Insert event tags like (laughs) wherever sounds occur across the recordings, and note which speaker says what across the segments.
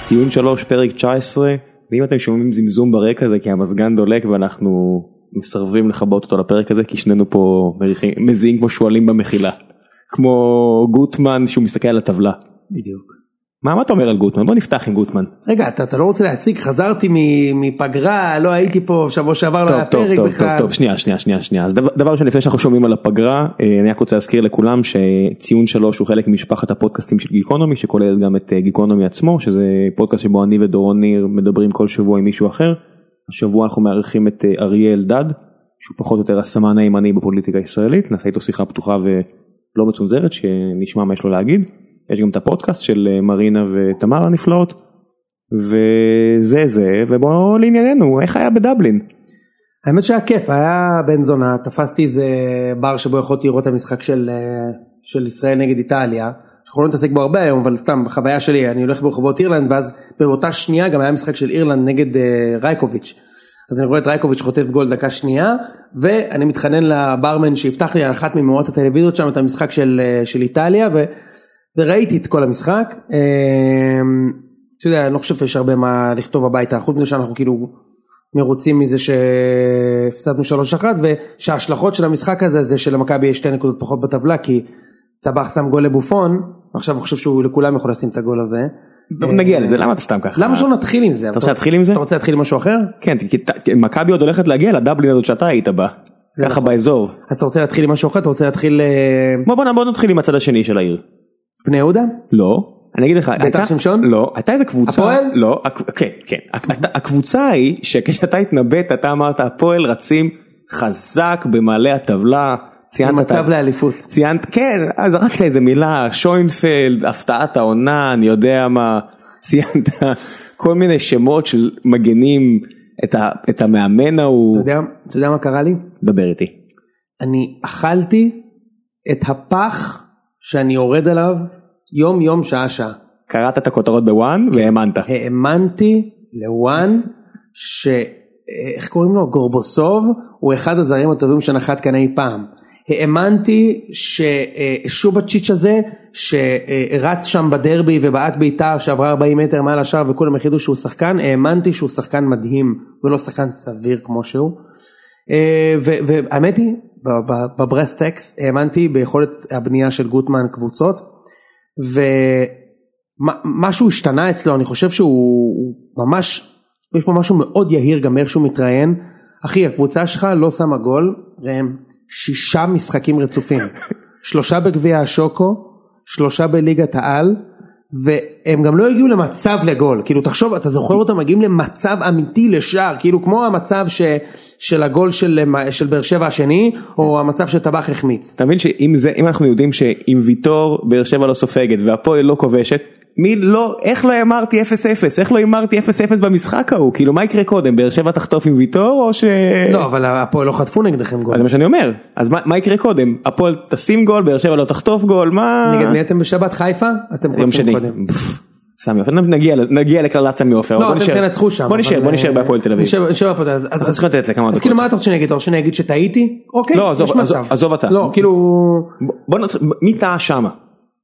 Speaker 1: ציון 3 פרק 19 ואם אתם שומעים זמזום ברקע זה כי המזגן דולק ואנחנו מסרבים לכבות אותו לפרק הזה כי שנינו פה מריחים- מזיעים כמו שועלים במחילה. כמו גוטמן שהוא מסתכל על הטבלה.
Speaker 2: בדיוק.
Speaker 1: מה מה אתה אומר על גוטמן? בוא נפתח עם גוטמן.
Speaker 2: רגע, אתה, אתה לא רוצה להציג, חזרתי מ- מפגרה, לא הייתי פה, שבוע שעבר לא
Speaker 1: טוב
Speaker 2: היה
Speaker 1: טוב
Speaker 2: פרק
Speaker 1: טוב
Speaker 2: בכלל.
Speaker 1: טוב טוב שנייה שנייה שנייה שנייה אז דבר דבר ראשון לפני שאנחנו שומעים על הפגרה אה, אני רק רוצה להזכיר לכולם שציון שלוש הוא חלק ממשפחת הפודקאסטים של גיקונומי שכולל גם את אה, גיקונומי עצמו שזה פודקאסט שבו אני ודורון ניר מדברים כל שבוע עם מישהו אחר. השבוע אנחנו מארחים את אה, אריה אלדד שהוא פחות או יותר הסמן הימני בפוליטיקה הישראלית נעשה איתו שיחה פתוחה ולא מצונזרת שנשמע מה יש לו להגיד. יש גם את הפודקאסט של אה, מרינה ותמר הנפלאות. וזה זה ובואו לענייננו איך היה בדבלין.
Speaker 2: האמת שהיה כיף, היה בן זונה, תפסתי איזה בר שבו יכולתי לראות את המשחק של, אה, של ישראל נגד איטליה. אנחנו לא נתעסק בו הרבה היום, אבל סתם, חוויה שלי, אני הולך ברחובות אירלנד, ואז באותה שנייה גם היה משחק של אירלנד נגד אה, רייקוביץ'. אז אני רואה את רייקוביץ' חוטף גול דקה שנייה, ואני מתחנן לברמן שיפתח לי על אחת ממאות הטלוויזיות שם את המשחק של, אה, של איטליה, ו... וראיתי את כל המשחק. אה, אתה יודע, אני לא חושב שיש הרבה מה לכתוב הביתה, חוץ מזה שאנחנו כאילו מרוצים מזה שהפסדנו 3-1 ושההשלכות של המשחק הזה זה שלמכבי יש שתי נקודות פחות בטבלה כי טבח שם גול לבופון ועכשיו הוא חושב שהוא לכולם יכול לשים את הגול הזה.
Speaker 1: נגיע לזה למה אתה סתם ככה
Speaker 2: אה, למה שלא נתחיל עם זה?
Speaker 1: רוצה להתחיל עם זה?
Speaker 2: אתה רוצה להתחיל עם משהו אחר?
Speaker 1: כן כי ת- כי מכבי עוד הולכת להגיע לדבלין הזאת שאתה היית בה
Speaker 2: זה
Speaker 1: ככה
Speaker 2: נכון.
Speaker 1: באזור
Speaker 2: אז אתה רוצה להתחיל עם משהו אחר? אתה רוצה להתחיל אה,
Speaker 1: בוא בוא בוא נתחיל עם הצד השני של העיר
Speaker 2: בני יהודה?
Speaker 1: לא אני אגיד לך הייתה-
Speaker 2: שמשון?
Speaker 1: לא הייתה איזה קבוצה
Speaker 2: הפועל?
Speaker 1: לא הק- כן כן הק- הקבוצה היא שכשאתה התנבאת אתה אמרת הפועל רצים חזק במעלה הטבלה ציינת את ה-
Speaker 2: מצב לאליפות.
Speaker 1: ציינת כן אה, זרקת איזה מילה שוינפלד הפתעת העונה אני יודע מה (laughs) ציינת כל מיני שמות של מגנים את ה- את המאמן
Speaker 2: אתה
Speaker 1: ההוא
Speaker 2: יודע- אתה יודע מה קרה לי?
Speaker 1: דבר איתי.
Speaker 2: אני אכלתי את הפח שאני יורד עליו יום יום שעה שעה.
Speaker 1: קראת את הכותרות בוואן
Speaker 2: כן.
Speaker 1: והאמנת.
Speaker 2: האמנתי לוואן ש... אה, איך קוראים לו? גורבוסוב הוא אחד הזרים הטובים שנחת כאן אי פעם. האמנתי ששובצ'יץ' הזה שרץ שם בדרבי ובעט בעיטה שעברה 40 מטר מעל השער וכולם החליטו שהוא שחקן, האמנתי שהוא שחקן מדהים ולא שחקן סביר כמו שהוא. אה, ו- והאמת היא ב- ב- בברסט-טקס האמנתי ביכולת הבנייה של גוטמן קבוצות ומשהו השתנה אצלו אני חושב שהוא הוא ממש יש פה משהו מאוד יהיר גם איך שהוא מתראיין אחי הקבוצה שלך לא שמה גול ראם שישה משחקים (laughs) רצופים שלושה בגביע השוקו שלושה בליגת העל והם גם לא הגיעו למצב לגול כאילו תחשוב אתה זוכר אותם מגיעים למצב אמיתי לשער כאילו כמו המצב ש, של הגול של, של באר שבע השני או המצב שטבח החמיץ
Speaker 1: אתה מבין שאם זה אם אנחנו יודעים שאם ויטור באר שבע לא סופגת והפועל לא כובשת מי לא איך לא אמרתי 0-0 איך לא אמרתי 0-0 במשחק ההוא כאילו מה יקרה קודם באר שבע תחטוף עם ויטור או ש...
Speaker 2: לא אבל הפועל לא חטפו נגדכם גול
Speaker 1: זה מה שאני אומר אז מה, מה יקרה קודם הפועל תשים גול באר שבע לא תחטוף גול מה
Speaker 2: נגד מי אתם בשבת חיפה? אתם
Speaker 1: אה. יום
Speaker 2: חוטפים
Speaker 1: שני.
Speaker 2: קודם.
Speaker 1: פפפ, סמי עופר נגיע ל- נגיע לקללת סמי עופר אבל
Speaker 2: לא,
Speaker 1: בוא
Speaker 2: אתם
Speaker 1: נשאר-
Speaker 2: תנצחו שם.
Speaker 1: בוא נשאר
Speaker 2: אבל,
Speaker 1: בוא נשאר
Speaker 2: אה,
Speaker 1: בהפועל תל אביל.
Speaker 2: נשאר- נשאר בהפועל תל אביב. אז-
Speaker 1: אנחנו
Speaker 2: אז-
Speaker 1: צריכים לתת לכמה
Speaker 2: אז
Speaker 1: דקות.
Speaker 2: כאילו מה אתה רוצה שאני אגיד? אתה רוצה שאני אגיד שטעיתי? אוקיי,
Speaker 1: לא, עזוב,
Speaker 2: יש
Speaker 1: עזוב-
Speaker 2: מצב.
Speaker 1: עזוב אתה.
Speaker 2: לא, כאילו...
Speaker 1: בוא- בוא נעשה מי טעה שמה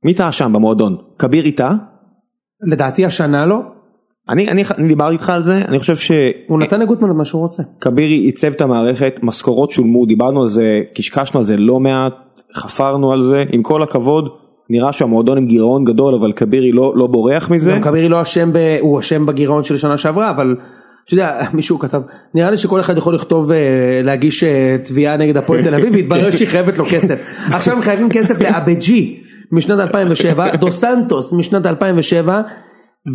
Speaker 1: מי טעה שם במועדון כביר איתה
Speaker 2: לדעתי השנה לא.
Speaker 1: אני אני אני דיברתי איתך על זה אני חושב
Speaker 2: הוא
Speaker 1: שכבירי
Speaker 2: נתן לגוטמן מה שהוא רוצה.
Speaker 1: עיצב את המערכת משכורות שולמו דיברנו על זה קשקשנו על זה לא מעט חפרנו על זה עם כל הכבוד נראה שהמועדון עם גירעון גדול אבל כבירי לא לא בורח מזה
Speaker 2: גם כבירי לא אשם, ב... הוא אשם בגירעון של שנה שעברה, אבל... אתה יודע, (laughs) מישהו כתב, נראה לי שכל אחד יכול לכתוב, אה, להגיש אה, תביעה נגד הפועל תל אביב, והתברר שהיא חייבת לו
Speaker 1: (laughs)
Speaker 2: כסף. עכשיו הם חייבים כסף לאבג'י משנת
Speaker 1: (laughs)
Speaker 2: 2007, דו סנטוס משנת 2007,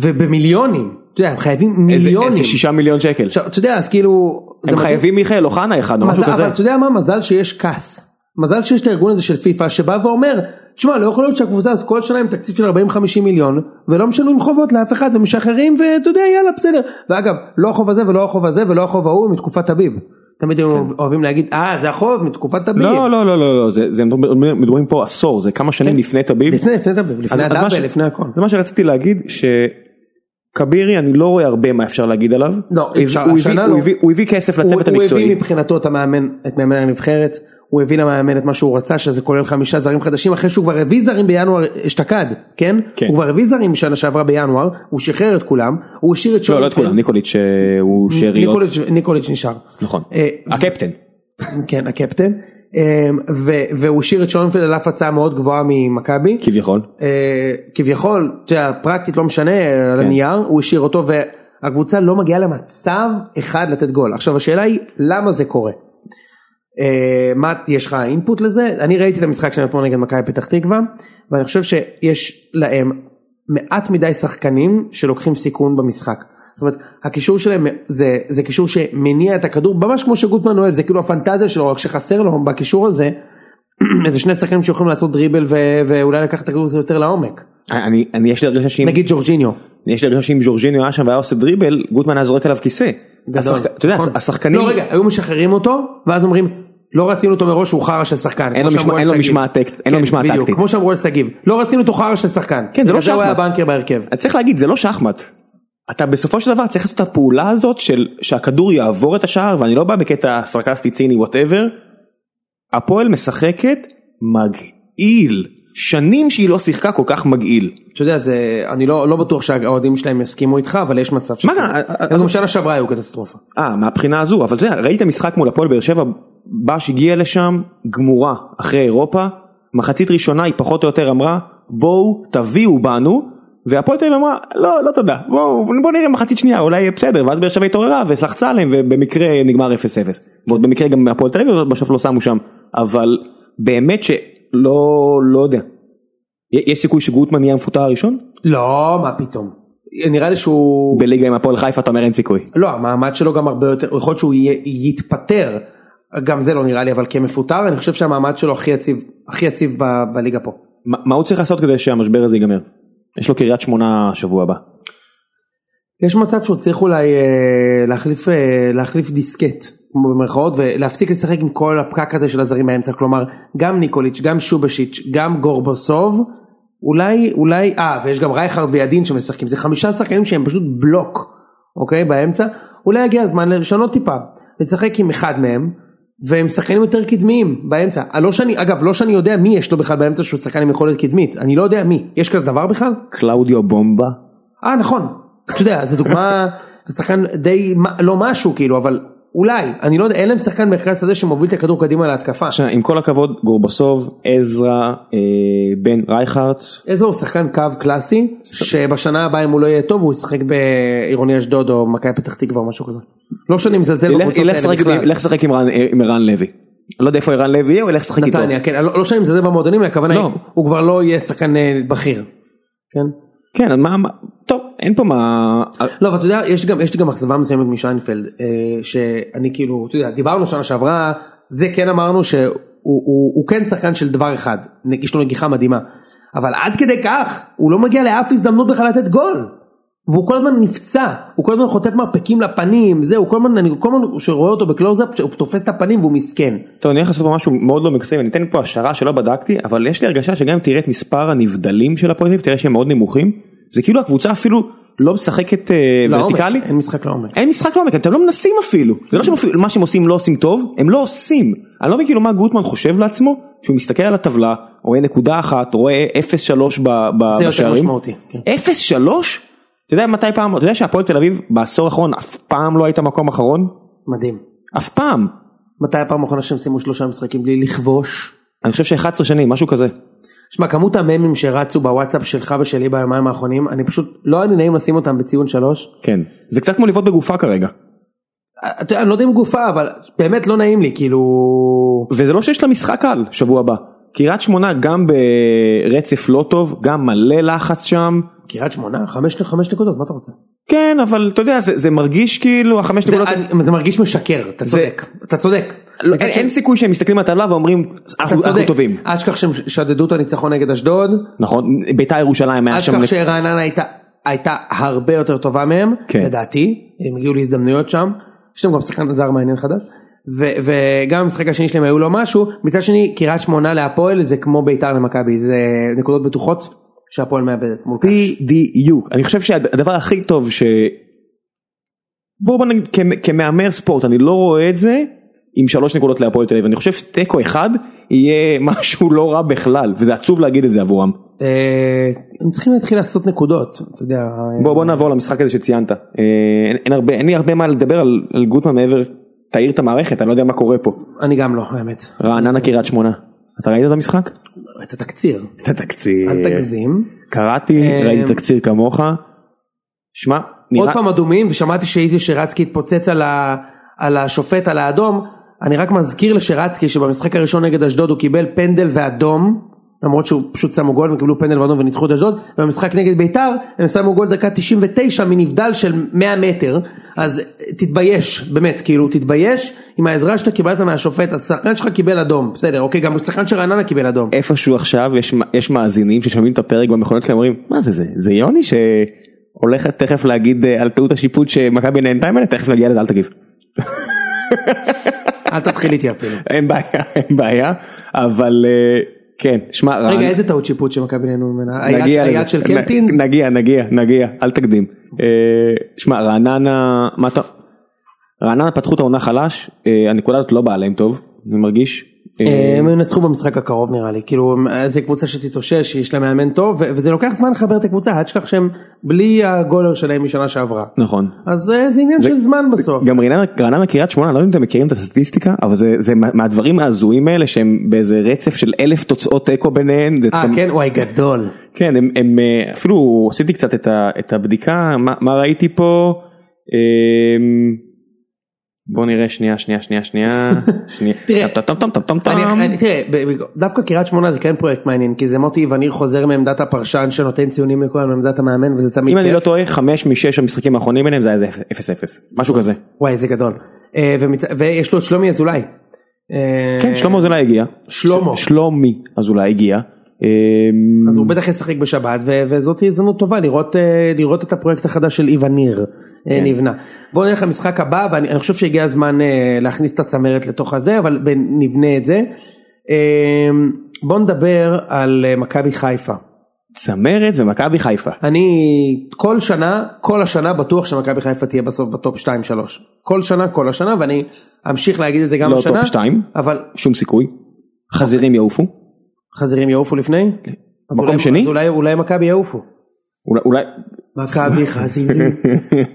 Speaker 2: ובמיליונים. אתה יודע, הם חייבים
Speaker 1: איזה
Speaker 2: מיליונים.
Speaker 1: איזה שישה מיליון שקל
Speaker 2: עכשיו, אתה יודע, אז כאילו... זה
Speaker 1: הם
Speaker 2: מדהים.
Speaker 1: חייבים מיכאל אוחנה אחד או לא משהו
Speaker 2: מזל-
Speaker 1: כזה
Speaker 2: אבל אתה יודע מה? מזל שיש כעס. מזל שיש את הארגון הזה של פיפא שבא ואומר, תשמע, לא יכול להיות שהקבוצה הזאת כל שנה עם תקציב של 40-50 מיליון, ולא משלמים חובות לאף אחד, ומשחררים, ואתה יודע, יאללה, בסדר. ואגב, לא החוב הזה ולא החוב הזה ולא החוב ההוא מתקופת הביב. תמיד הם אוהבים להגיד, אה, זה החוב מתקופת הביב.
Speaker 1: כן. לא לא לא לא לא זה זה מדברים מדברים פה עשור זה כמה שנים
Speaker 2: כן.
Speaker 1: לפני תביב
Speaker 2: לפני, לפני הביב, לפני
Speaker 1: אז- אז מה ש-
Speaker 2: הדאבל, לפני הכל.
Speaker 1: זה מה שרציתי להגיד שכבירי אני לא רואה הרבה מה אפשר להגיד עליו
Speaker 2: לא,
Speaker 1: הוא הביא-
Speaker 2: אפשר,
Speaker 1: הוא
Speaker 2: השנה
Speaker 1: הביא-
Speaker 2: לא.
Speaker 1: הוא הביא- הוא הביא כסף לצוות
Speaker 2: הוא- הוא
Speaker 1: המקצועי
Speaker 2: הביא מבחינתו את המאמן, את מאמן הנבחרת, הוא הבין המאמן את מה שהוא רצה, שזה כולל חמישה זרים חדשים, אחרי שהוא כבר הביא זרים בינואר אשתקד, כן?
Speaker 1: כן.
Speaker 2: הוא כבר הביא זרים שנה שעברה בינואר, הוא שחרר את כולם, הוא השאיר את
Speaker 1: לא, לא את כולם, ניקוליץ' אה, הוא שאריות,
Speaker 2: כן. ניקוליץ', ניקוליץ' נשאר. (laughs)
Speaker 1: נכון,
Speaker 2: אה,
Speaker 1: הקפטן,
Speaker 2: כן, הקפטן. אמ, ו- והוא השאיר את שונפלד על אף הצעה מאוד גבוהה ממכבי.
Speaker 1: כביכול,
Speaker 2: אה, כביכול, אתה יודע, פרקטית לא משנה, על
Speaker 1: כן.
Speaker 2: הנייר, הוא השאיר אותו והקבוצה לא מגיעה למצב אחד לתת גול. עכשיו השאלה היא, למה זה קורה? אה, מה, יש לך אינפוט לזה? אני ראיתי את המשחק שלהם אתמול נגד מכבי פתח תקווה, ואני חושב שיש להם מעט מדי שחקנים שלוקחים סיכון במשחק. זאת אומרת, הקישור שלהם זה, זה קישור שמניע את הכדור, ממש כמו שגוטמן אוהב, זה כאילו הפנטזיה שלו, רק שחסר לו בקישור הזה, (clears throat) איזה שני שחקנים שיכולים לעשות דריבל ו- ואולי לקחת את הכדור הזה יותר לעומק.
Speaker 1: אה, אני, אני יש לי הרגשה שאם,
Speaker 2: נגיד ג'ורג'יניו.
Speaker 1: יש לי הרגשה שאם ג'ורג'יניו היה שם והיה עושה דריבל, גוטמן היה זורק עליו כיסא,
Speaker 2: גדול.
Speaker 1: השחק- אתה יודע,
Speaker 2: נכון.
Speaker 1: השחקנים,
Speaker 2: לא רגע, היו משחררים אותו, ואז אומרים, לא רצינו אותו מראש, הוא חרא של שחקן.
Speaker 1: אין
Speaker 2: כמו
Speaker 1: לו
Speaker 2: שאמרו
Speaker 1: משמע-
Speaker 2: על
Speaker 1: אין לו
Speaker 2: שגיב.
Speaker 1: משמעת טקט- אין לו
Speaker 2: כן,
Speaker 1: משמעת
Speaker 2: בדיוק,
Speaker 1: טקטית.
Speaker 2: כמו שאמרו על שגיב, לא רצינו אותו חרא של שחקן.
Speaker 1: כן, זה לא
Speaker 2: בגלל הוא היה
Speaker 1: שחמט.
Speaker 2: הבנקר בהרכב.
Speaker 1: אז צריך להגיד זה לא שחמט. אתה בסופו של דבר צריך לעשות את הפעולה הזאת של שהכדור יעבור את השער ואני לא בא בקטע סרקסטי ציני וואטאבר. הפועל משחקת מגעיל שנים שהיא לא שיחקה כל כך מגעיל.
Speaker 2: אתה יודע, זה- אני לא לא בטוח שהאוהדים שלהם יסכימו איתך, אבל יש מצב
Speaker 1: מה,
Speaker 2: שכן.
Speaker 1: אה,
Speaker 2: גם שנה שעברה היו קטסטרופה.
Speaker 1: אה מהבחינה הזו אבל אתה יודע ראית משחק מול הפועל באר שבע בש הגיע לשם גמורה אחרי אירופה מחצית ראשונה היא פחות או יותר אמרה בואו תביאו בנו. והפועל תל אביב אמרה לא לא תודה בואו בוא נראה מחצית שנייה אולי יהיה בסדר ואז באר שבע התעוררה ולחצה עליהם ובמקרה נגמר 0-0 ועוד במקרה גם הפועל תל אביב בסוף לא שמו שם אבל באמת שלא לא יודע. י- יש סיכוי שגוטמן יהיה המפוטר הראשון
Speaker 2: לא, מה פתאום. נראה לי שהוא...
Speaker 1: בליגה עם הפועל חיפה אתה אומר אין סיכוי
Speaker 2: לא, המעמד שלו גם הרבה יותר, יכול להיות שהוא יהיה- יתפטר, גם זה לא נראה לי, אבל כמפוטר, אני חושב שהמעמד שלו הכי יציב, הכי יציב ב- בליגה פה.
Speaker 1: מה מה הוא צריך לעשות כדי שהמשבר הזה ייגמר? יש לו קריית שמונה שבוע הבא.
Speaker 2: יש מצב שהוא צריך אולי אה, להחליף, אה, להחליף דיסקט, כמו במרכאות, ולהפסיק לשחק עם כל הפקק הזה של הזרים באמצע, כלומר, גם ניקוליץ', גם שובשיץ', גם גורבסוב, אולי, אולי, אה, ויש גם רייכרד וידין שמשחקים, זה חמישה שחקנים שהם פשוט בלוק, אוקיי, באמצע, אולי הגיע הזמן לשנות טיפה, לשחק עם אחד מהם, והם שחקנים יותר קדמיים באמצע, אה, לא שאני, אגב, לא שאני יודע מי יש לו בכלל באמצע שהוא שחקן עם יכולת קדמית, אני לא יודע מי, יש כזה דבר בכלל?
Speaker 1: קלאודיו בומבה.
Speaker 2: אה נכון, אתה יודע, זו דוגמה, שחקן די, מה- לא משהו כאילו, אבל אולי, אני לא יודע, אין להם שחקן מרכז הזה שמוביל את הכדור קדימה להתקפה.
Speaker 1: עכשיו עם כל הכבוד גורבסוב, עזרא, אה, בן רייכרט.
Speaker 2: איזה הוא שחקן קו קלאסי, שבשנה הבאה אם הוא לא יהיה טוב, הוא ישחק בעירוני אשדוד או מכבי פתח תקווה או משהו כזה. לא שאני מזלזל
Speaker 1: ילך-
Speaker 2: בקבוצות
Speaker 1: ילך
Speaker 2: האלה
Speaker 1: לשחק עם-
Speaker 2: בכלל.
Speaker 1: ילך לשחק עם רן- אה, עם ערן לוי. לא יודע איפה ערן לוי יהיה, הוא ילך לשחק איתו.
Speaker 2: נתניה, כן, לא לא שאני מזלזל במועדונים, הכוונה
Speaker 1: לא.
Speaker 2: היא, הוא כבר לא יהיה שחקן אה, בכיר. כן?
Speaker 1: כן, אז מה, מה- טוב, אין פה מה...
Speaker 2: לא, ואתה יודע, יש גם, יש לי גם אכזבה מסוימת משיינפלד, אה, שאני כאילו, אתה יודע, דיברנו שנה שעברה, זה כן אמרנו שהוא הוא, הוא כן שחקן של דבר אחד, נ- יש לו נגיחה מדהימה, אבל עד כדי כך, הוא לא מגיע לאף הזדמנות בכלל לתת גול. והוא כל הזמן נפצע, הוא כל הזמן חוטף מרפקים לפנים, זה, הוא כל הזמן, אני כל הזמן, כשרואה אותו בקלוזאפ, הוא תופס את הפנים והוא מסכן.
Speaker 1: טוב, אני הולך לעשות פה משהו מאוד לא מקצועי, אני אתן פה השערה שלא בדקתי, אבל יש לי הרגשה שגם אם תראה את מספר הנבדלים של הפועל תל אביב, תראה שהם מאוד נמוכים. זה כאילו הקבוצה אפילו לא משחקת אה,
Speaker 2: לעומק,
Speaker 1: ורטיקלי.
Speaker 2: אין משחק לעומק.
Speaker 1: אין משחק לעומק, אתם לא מנסים אפילו. זה לא שהם אפילו- מה שהם עושים לא עושים טוב, הם לא עושים. אני לא מבין כאילו מה גוטמן חושב לעצמו, שהוא מסתכל על הטבלה, רואה נקודה אחת, רואה 0-3 ב- ב-
Speaker 2: זה יותר
Speaker 1: בשערים.
Speaker 2: משמעותי. כן.
Speaker 1: 0-3? אתה יודע מתי פעם, אתה יודע שהפועל תל אביב בעשור האחרון אף פעם לא הייתה מקום אחרון?
Speaker 2: מדהים.
Speaker 1: אף פעם.
Speaker 2: מתי הפעם האחרונה שהם סיימו שלושה משחקים בלי לכבוש?
Speaker 1: אני חושב ש-11 שנים, משהו כזה.
Speaker 2: שמע, כמות הממים שרצו בוואטסאפ שלך ושלי ביומיים האחרונים, אני פשוט, לא היה לי נעים לשים אותם בציון שלוש.
Speaker 1: כן. זה קצת כמו לבעוט בגופה כרגע.
Speaker 2: אתה יודע, אני לא יודע אם גופה, אבל באמת לא נעים לי, כאילו...
Speaker 1: וזה לא שיש לה משחק קל שבוע הבא. קריית שמונה גם ברצף לא טוב, גם מלא לחץ שם.
Speaker 2: קריית שמונה? חמש, חמש נקודות, מה אתה רוצה?
Speaker 1: כן, אבל אתה יודע, זה, זה מרגיש כאילו החמש
Speaker 2: זה,
Speaker 1: נקודות...
Speaker 2: אני- זה מרגיש משקר, אתה צודק. אתה צודק.
Speaker 1: לא,
Speaker 2: מצד
Speaker 1: אין,
Speaker 2: שני-
Speaker 1: אין סיכוי שהם מסתכלים על הטבלה ואומרים, אנחנו,
Speaker 2: אתה
Speaker 1: אנחנו
Speaker 2: צודק.
Speaker 1: טובים.
Speaker 2: אל תשכח שהם שדדו את הניצחון נגד אשדוד,
Speaker 1: נכון, ביתר ירושלים
Speaker 2: אל
Speaker 1: היה שם...
Speaker 2: תשכח
Speaker 1: לק-
Speaker 2: שרעננה הייתה, הייתה הרבה יותר טובה מהם,
Speaker 1: כן.
Speaker 2: לדעתי, הם הגיעו להזדמנויות שם, יש להם גם שחקן זר מעניין חדש, ו- וגם המשחק השני שלהם היו לו משהו, מצד שני קריית שמונה להפועל זה כמו ביתר למכבי, זה נקודות בטוחות שהפועל מאבדת מול קאש.
Speaker 1: בדיוק. אני חושב שהדבר הכי טוב ש... בואו בוא נגיד, כ- כמהמר ספורט, אני לא רואה את זה, עם שלוש נקודות להפועל תל אביב, אני חושב שתיקו אחד יהיה (laughs) משהו לא רע בכלל, וזה עצוב להגיד את זה עבורם.
Speaker 2: אה, הם צריכים להתחיל לעשות נקודות, אתה יודע.
Speaker 1: בוא בוא נעבור למשחק הזה שציינת, אה, אין, אין, הרבה, אין לי הרבה מה לדבר על, על גוטמן מעבר, תאיר את המערכת, אני לא יודע מה קורה פה.
Speaker 2: אני גם לא, האמת.
Speaker 1: רעננה קריית שמונה, אתה ראית את המשחק?
Speaker 2: את התקציר,
Speaker 1: את התקציר.
Speaker 2: אל תגזים.
Speaker 1: קראתי,
Speaker 2: אה,
Speaker 1: ראיתי תקציר כמוך, שמע,
Speaker 2: עוד
Speaker 1: נראה,
Speaker 2: פעם אדומים, ושמעתי שאיזי שרצקי התפוצץ על ה- על השופט, על האדום. אני רק מזכיר לשרצקי שבמשחק הראשון נגד אשדוד הוא קיבל פנדל ואדום. למרות שהוא פשוט שמו גול וקיבלו פנדל ואדום וניצחו את אשדוד, ובמשחק נגד ביתר הם שמו גול דקה 99 מנבדל של 100 מטר, אז תתבייש, באמת, כאילו תתבייש עם העזרה שאתה קיבלת מהשופט, השחקן שלך קיבל אדום, בסדר, אוקיי, גם השחקן של רעננה קיבל אדום.
Speaker 1: איפשהו עכשיו יש, יש מאזינים ששומעים את הפרק במכונות שלהם אומרים מה זה זה זה יוני שהולך תכף להגיד אה, על טעות השיפוט שמכבי נהנתה ממנה תכף נגיע לזה אל תגיב
Speaker 2: אל תתחיל
Speaker 1: (laughs)
Speaker 2: איתי אפילו.
Speaker 1: אין בעיה אין בעיה אבל אה, כן שמע רעננה-
Speaker 2: רגע, איזה טעות שיפוט שמכבי נהנו ממנה? היד-
Speaker 1: נגיע לזה.
Speaker 2: היד של
Speaker 1: נ-
Speaker 2: קלטינס?
Speaker 1: נגיע נגיע נגיע אל תקדים אה, שמע רעננה מה אתה רעננה פתחו את העונה חלש אה, הנקודה הזאת לא באה להם טוב אני מרגיש. אה,
Speaker 2: אה, הם ינצחו במשחק הקרוב נראה לי, כאילו הם- זו קבוצה שתתאושש, שיש לה מאמן טוב, ו- וזה לוקח זמן לחבר את הקבוצה, אל תשכח שהם בלי הגולר שלהם משנה שעברה.
Speaker 1: נכון
Speaker 2: אז אה, זה עניין של זמן בסוף.
Speaker 1: גם רעננה- רעננה קריית שמונה, לא יודע אם אתם מכירים את הסטטיסטיקה, אבל זה, זה מה- מהדברים ההזויים האלה שהם באיזה רצף של אלף תוצאות תיקו ביניהן. זה-
Speaker 2: אה
Speaker 1: אתם-
Speaker 2: כן, וואי גדול.
Speaker 1: כן, הם, הם אה, אפילו עשיתי קצת את, ה, את הבדיקה, מה, מה ראיתי פה. אמ, בוא נראה שנייה שנייה שנייה
Speaker 2: (laughs)
Speaker 1: שנייה. שנייה.
Speaker 2: תראה,
Speaker 1: טם, טם, טם, טם, טם, טם.
Speaker 2: אני- אני- תראה, ב- ב- דווקא קריית שמונה זה כן פרויקט מעניין, כי זה מוטי וניר חוזר מעמדת הפרשן שנותן ציונים לכולם מעמדת המאמן וזה תמיד אה,
Speaker 1: אם אני
Speaker 2: כיף.
Speaker 1: לא טועה, חמש משש המשחקים האחרונים ביניהם זה היה איזה אפס אפס, משהו כזה.
Speaker 2: וואי זה גדול. אה, ומצ- ויש לו את שלומי אזולאי. אה,
Speaker 1: כן, שלמה אזולאי הגיע.
Speaker 2: שלמה.
Speaker 1: שלומי אזולאי הגיע. אמ,
Speaker 2: אז הוא בטח ישחק בשבת ו- וזאת תהיה הזדמנות טובה לראות אה, לראות את הפרויקט החדש של איוון ניר אה,
Speaker 1: כן.
Speaker 2: נבנה. בואו נלך למשחק הבא ואני אני חושב שהגיע הזמן אה, להכניס את הצמרת לתוך הזה אבל ב- נבנה את זה. אה, בואו נדבר על אה, מכבי חיפה.
Speaker 1: צמרת ומכבי חיפה.
Speaker 2: אני כל שנה כל השנה בטוח שמכבי חיפה תהיה בסוף בטופ 2-3. כל שנה כל השנה ואני אמשיך להגיד את זה גם
Speaker 1: לא
Speaker 2: השנה.
Speaker 1: טופ שתיים.
Speaker 2: אבל
Speaker 1: שום סיכוי.
Speaker 2: אוקיי.
Speaker 1: חזירים יעופו.
Speaker 2: חזירים יעופו לפני? אז
Speaker 1: מקום
Speaker 2: אולי-
Speaker 1: שני?
Speaker 2: אז אולי- אולי מכבי יעופו.
Speaker 1: אולי, אולי
Speaker 2: מכבי חזירים,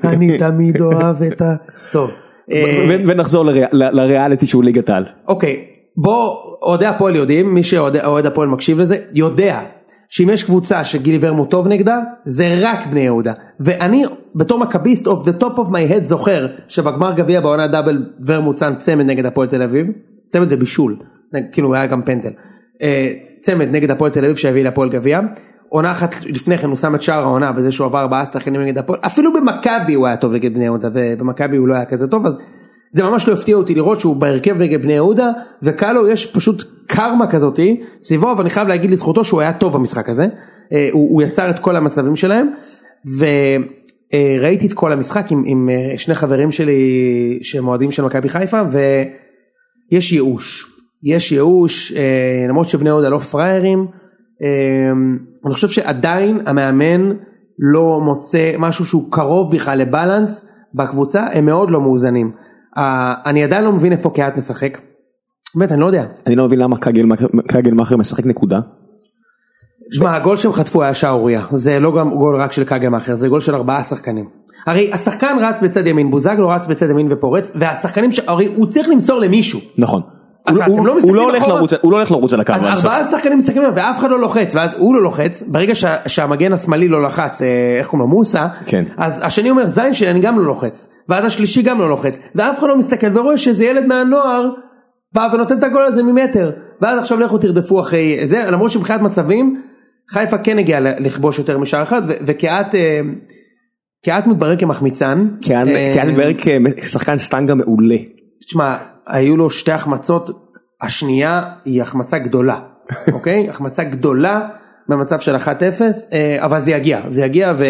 Speaker 2: אני תמיד אוהב את ה... טוב, אה,
Speaker 1: ו- ונחזור לריאל- ל- לריאליטי שהוא ליגת העל.
Speaker 2: אוקיי, בוא, אוהדי הפועל יודעים, מי שאוהד הפועל מקשיב לזה, יודע שאם יש קבוצה שגילי ורמוט טוב נגדה, זה רק בני יהודה. ואני בתור מכביסט אוף דה טופ אוף מיי הד זוכר שבגמר גביע בעונה דאבל ורמוט שם צמד נגד הפועל תל אביב, צמד זה בישול, נג- כאילו היה גם פנדל. אה, צמד נגד הפועל תל אביב שהביא להפועל גביע. עונה אחת לפני כן הוא שם את שער העונה בזה שהוא עבר ארבעה שחקנים נגד הפועל, אפילו במכבי הוא היה טוב נגד בני יהודה ובמכבי הוא לא היה כזה טוב אז זה ממש לא הפתיע אותי לראות שהוא בהרכב נגד בני יהודה וקל לו יש פשוט קרמה כזאתי סביבו אבל אני חייב להגיד לזכותו שהוא היה טוב במשחק הזה אה, הוא, הוא יצר את כל המצבים שלהם וראיתי את כל המשחק עם, עם אה, שני חברים שלי שהם אוהדים של מכבי חיפה ויש ייאוש יש ייאוש אה, למרות שבני יהודה לא פראיירים אה, אני חושב שעדיין המאמן לא מוצא משהו שהוא קרוב בכלל לבלנס בקבוצה הם מאוד לא מאוזנים. אה, אני עדיין לא מבין איפה קיאט משחק. באמת אני לא יודע.
Speaker 1: אני לא מבין למה קגל- קגלמאכר משחק נקודה.
Speaker 2: שמע הגול שהם חטפו היה שערורייה זה לא גם גול רק של קגלמאכר זה גול של ארבעה שחקנים. הרי השחקן רץ בצד ימין בוזגלו רץ בצד ימין ופורץ והשחקנים ש- הרי הוא צריך למסור למישהו.
Speaker 1: נכון.
Speaker 2: אז
Speaker 1: הוא-
Speaker 2: אתם
Speaker 1: הוא-
Speaker 2: לא
Speaker 1: הוא
Speaker 2: מסתכלים
Speaker 1: לא הולך
Speaker 2: אחורה?
Speaker 1: לרוץ- הוא לא הולך לרוץ על הקו.
Speaker 2: אז
Speaker 1: עד הסוף.
Speaker 2: ארבעה שחקנים משחקים עליו ואף אחד לא לוחץ ואז הוא לא לוחץ ברגע שה, שהמגן השמאלי לא לחץ אה, איך קוראים לו מוסה
Speaker 1: כן.
Speaker 2: אז השני אומר זין שלי אני גם לא לוחץ ואז השלישי גם לא לוחץ ואף אחד לא מסתכל ורואה שאיזה ילד מהנוער בא ונותן את הגול הזה ממטר ואז עכשיו לכו תרדפו אחרי זה למרות שמבחינת מצבים חיפה כן הגיעה ל- לכבוש יותר משער אחד ו- וכעת אה, כעת מתברר כמחמיצן
Speaker 1: קיאן
Speaker 2: אה,
Speaker 1: קיאן ברק אה, שחקן סטנגה מעולה.
Speaker 2: תשמע, היו לו שתי החמצות, השנייה היא החמצה גדולה,
Speaker 1: (laughs)
Speaker 2: אוקיי? החמצה גדולה במצב של 1-0, אה, אבל זה יגיע, זה יגיע ו...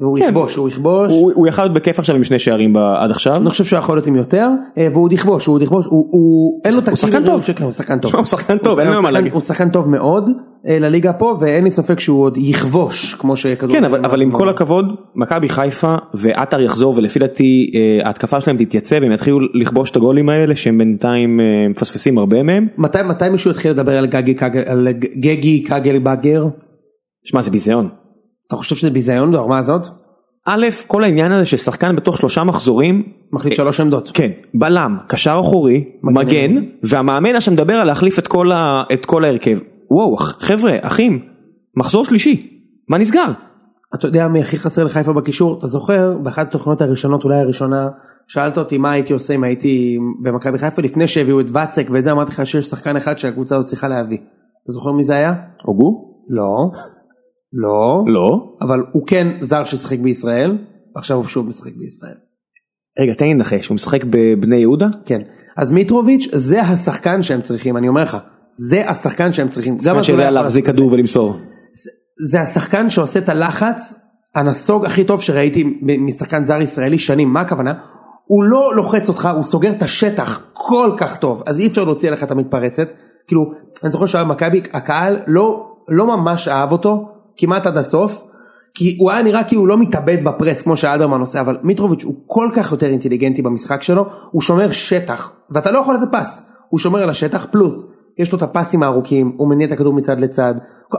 Speaker 2: והוא
Speaker 1: כן.
Speaker 2: יכבוש, הוא נכון. יכבוש.
Speaker 1: הוא הוא יכל להיות בכיף עכשיו עם שני שערים ב- עד עכשיו.
Speaker 2: אני חושב שהוא יכול להיות עם יותר, אה, והוא עוד יכבוש, הוא עוד יכבוש, הוא- הוא, אין לו תקציב,
Speaker 1: שחקן
Speaker 2: לבריאות
Speaker 1: טוב.
Speaker 2: שקר, הוא שחקן טוב,
Speaker 1: הוא שחקן טוב, אין לו
Speaker 2: הוא
Speaker 1: מה
Speaker 2: שחקן-
Speaker 1: להגיד.
Speaker 2: הוא שחקן טוב מאוד אה, לליגה פה, ואין לי ספק שהוא עוד יכבוש, כמו שכדור,
Speaker 1: כן אבל, אבל עם כל הכבוד מכבי חיפה ועטר יחזור ולפי דעתי אה, ההתקפה שלהם תתייצב הם יתחילו לכבוש את הגולים האלה שהם בינתיים אה, מפספסים הרבה מהם.
Speaker 2: מתי, מתי מישהו יתחיל לדבר על גגי קגל, על ג- גגי קגל בגר?
Speaker 1: שמע זה ביזיון.
Speaker 2: אתה חושב שזה ביזיון ברמה הזאת?
Speaker 1: א' כל העניין הזה ששחקן בתוך שלושה מחזורים
Speaker 2: מחליף שלוש עמדות.
Speaker 1: כן בלם קשר אחורי
Speaker 2: מגן.
Speaker 1: מגן והמאמן עכשיו מדבר על להחליף את כל, ה, את כל ההרכב. וואו אח- חבר'ה אחים מחזור שלישי מה נסגר?
Speaker 2: אתה יודע מי הכי חסר לחיפה בקישור? אתה זוכר? באחת התוכניות הראשונות, אולי הראשונה, שאלת אותי מה הייתי עושה אם הייתי במכבי חיפה לפני שהביאו את ואצק ואת זה, אמרתי לך שיש שחקן אחד שהקבוצה הזאת צריכה להביא. אתה זוכר מי זה היה?
Speaker 1: הוגו?
Speaker 2: לא. לא.
Speaker 1: לא.
Speaker 2: אבל הוא כן זר ששיחק בישראל, עכשיו הוא שוב משחק בישראל.
Speaker 1: רגע תן לי לנחש הוא משחק בבני יהודה?
Speaker 2: כן. אז מיטרוביץ' זה השחקן שהם צריכים, אני אומר לך. זה השחקן שהם צריכים.
Speaker 1: מה
Speaker 2: גם אז הוא לא
Speaker 1: שיודע
Speaker 2: יכול
Speaker 1: להחזיק
Speaker 2: לעשות את
Speaker 1: כדור ולמסור.
Speaker 2: זה השחקן שעושה את הלחץ הנסוג הכי טוב שראיתי מ- משחקן זר ישראלי שנים מה הכוונה הוא לא לוחץ אותך הוא סוגר את השטח כל כך טוב אז אי אפשר להוציא עליך את המתפרצת כאילו אני זוכר שהיה במכבי הקהל לא לא ממש אהב אותו כמעט עד הסוף כי הוא היה נראה כאילו הוא לא מתאבד בפרס כמו שאלברמן עושה אבל מיטרוביץ' הוא כל כך יותר אינטליגנטי במשחק שלו הוא שומר שטח ואתה לא יכול לתת פס הוא שומר על השטח פלוס יש לו את הפסים הארוכים, הוא מניע את הכדור מצד לצד,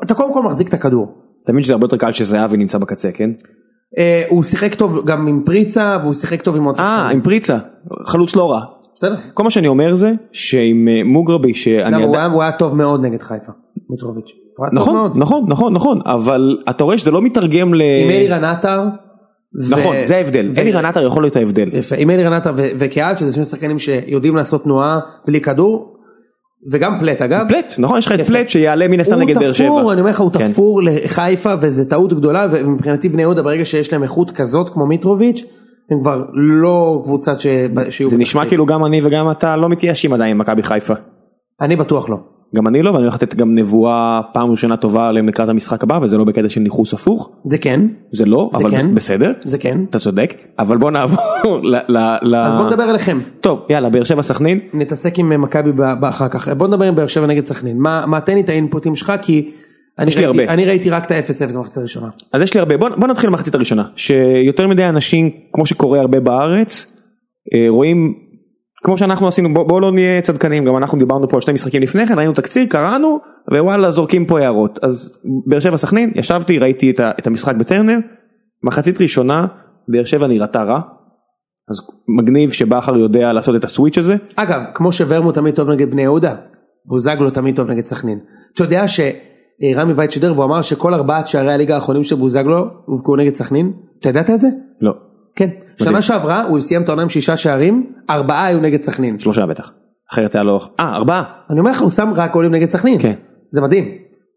Speaker 2: אתה קודם כל מחזיק את הכדור.
Speaker 1: אתה מבין שזה הרבה יותר קל שזהבי נמצא בקצה כן?
Speaker 2: אה, הוא שיחק טוב גם עם פריצה, והוא שיחק טוב עם עוד
Speaker 1: אה
Speaker 2: שחקנים.
Speaker 1: עם פריצה חלוץ לא רע.
Speaker 2: בסדר.
Speaker 1: כל מה שאני אומר זה שעם אה, מוגרבי שאני
Speaker 2: למה, הוא
Speaker 1: עדיין-
Speaker 2: היה- הוא היה טוב מאוד נגד חיפה, מיטרוביץ'. הוא היה טוב
Speaker 1: נכון
Speaker 2: מאוד.
Speaker 1: נכון נכון נכון אבל אתה רואה שזה לא מתרגם ל...
Speaker 2: עם אלירן עטר. ו-
Speaker 1: נכון זה ההבדל
Speaker 2: ו-
Speaker 1: אלירן עטר יכול להיות ההבדל.
Speaker 2: יפה, עם אלירן עטר ו- וקהל, שזה שני שחקנים שיודעים לעשות תנועה בלי כדור, וגם פלט אגב.
Speaker 1: פלט נכון יש לך את
Speaker 2: יפה.
Speaker 1: פלט שיעלה מן הסתם
Speaker 2: הוא
Speaker 1: נגד באר שבע.
Speaker 2: תפור, אני אומר לך, הוא
Speaker 1: כן.
Speaker 2: תפור לחיפה וזה טעות גדולה, ומבחינתי בני יהודה ברגע שיש להם איכות כזאת כמו מיטרוביץ', הם כבר לא קבוצה ש- שיהיו...
Speaker 1: זה נשמע
Speaker 2: בתחתית.
Speaker 1: כאילו גם אני וגם אתה לא מתייאשים עדיין עם מכבי חיפה.
Speaker 2: אני בטוח לא.
Speaker 1: גם אני לא ואני הולך לתת גם נבואה פעם ראשונה טובה לקראת המשחק הבא וזה לא בקטע של ניכוס הפוך
Speaker 2: זה כן,
Speaker 1: זה לא
Speaker 2: זה
Speaker 1: אבל
Speaker 2: כן.
Speaker 1: בסדר
Speaker 2: זה כן.
Speaker 1: אתה צודק אבל בוא נעבור ל... ל- ל-
Speaker 2: אז בוא נדבר עליכם.
Speaker 1: טוב יאללה באר שבע סכנין
Speaker 2: נתעסק עם אה, מכבי ב- באחר כך. בוא נדבר עם באר שבע נגד סכנין. מה מה- תן לי את האינפוטים שלך כי... אני
Speaker 1: יש לי
Speaker 2: ראיתי-
Speaker 1: הרבה.
Speaker 2: אני ראיתי רק את ה-0-0 במחצית הראשונה.
Speaker 1: אז יש לי הרבה בוא, בוא נתחיל במחצית הראשונה שיותר מדי אנשים כמו שקורה הרבה בארץ אה, רואים כמו שאנחנו עשינו בוא, בוא לא נהיה צדקנים גם אנחנו דיברנו פה על שני משחקים לפני כן ראינו תקציר קראנו ווואלה זורקים פה הערות אז באר שבע סכנין ישבתי ראיתי את, ה, את המשחק בטרנר מחצית ראשונה באר שבע נראתה רע אז מגניב שבכר יודע לעשות את הסוויץ' הזה
Speaker 2: אגב, כמו שוורמו תמיד טוב נגד בני יהודה, בוזגלו תמיד טוב נגד סכנין. אתה יודע שרמי וייט שידר והוא אמר שכל ארבעת שערי הליגה האחרונים של בוזגלו הובקעו נגד סכנין? אתה ידעת את זה?
Speaker 1: לא
Speaker 2: כן. שנה שעברה הוא סיים את העונה עם שישה שערים, ארבעה היו נגד סכנין.
Speaker 1: שלושה בטח אחרת היה לו אה ארבעה
Speaker 2: אני אומר לך, הוא שם רק גולים נגד סכנין.
Speaker 1: כן.
Speaker 2: זה מדהים.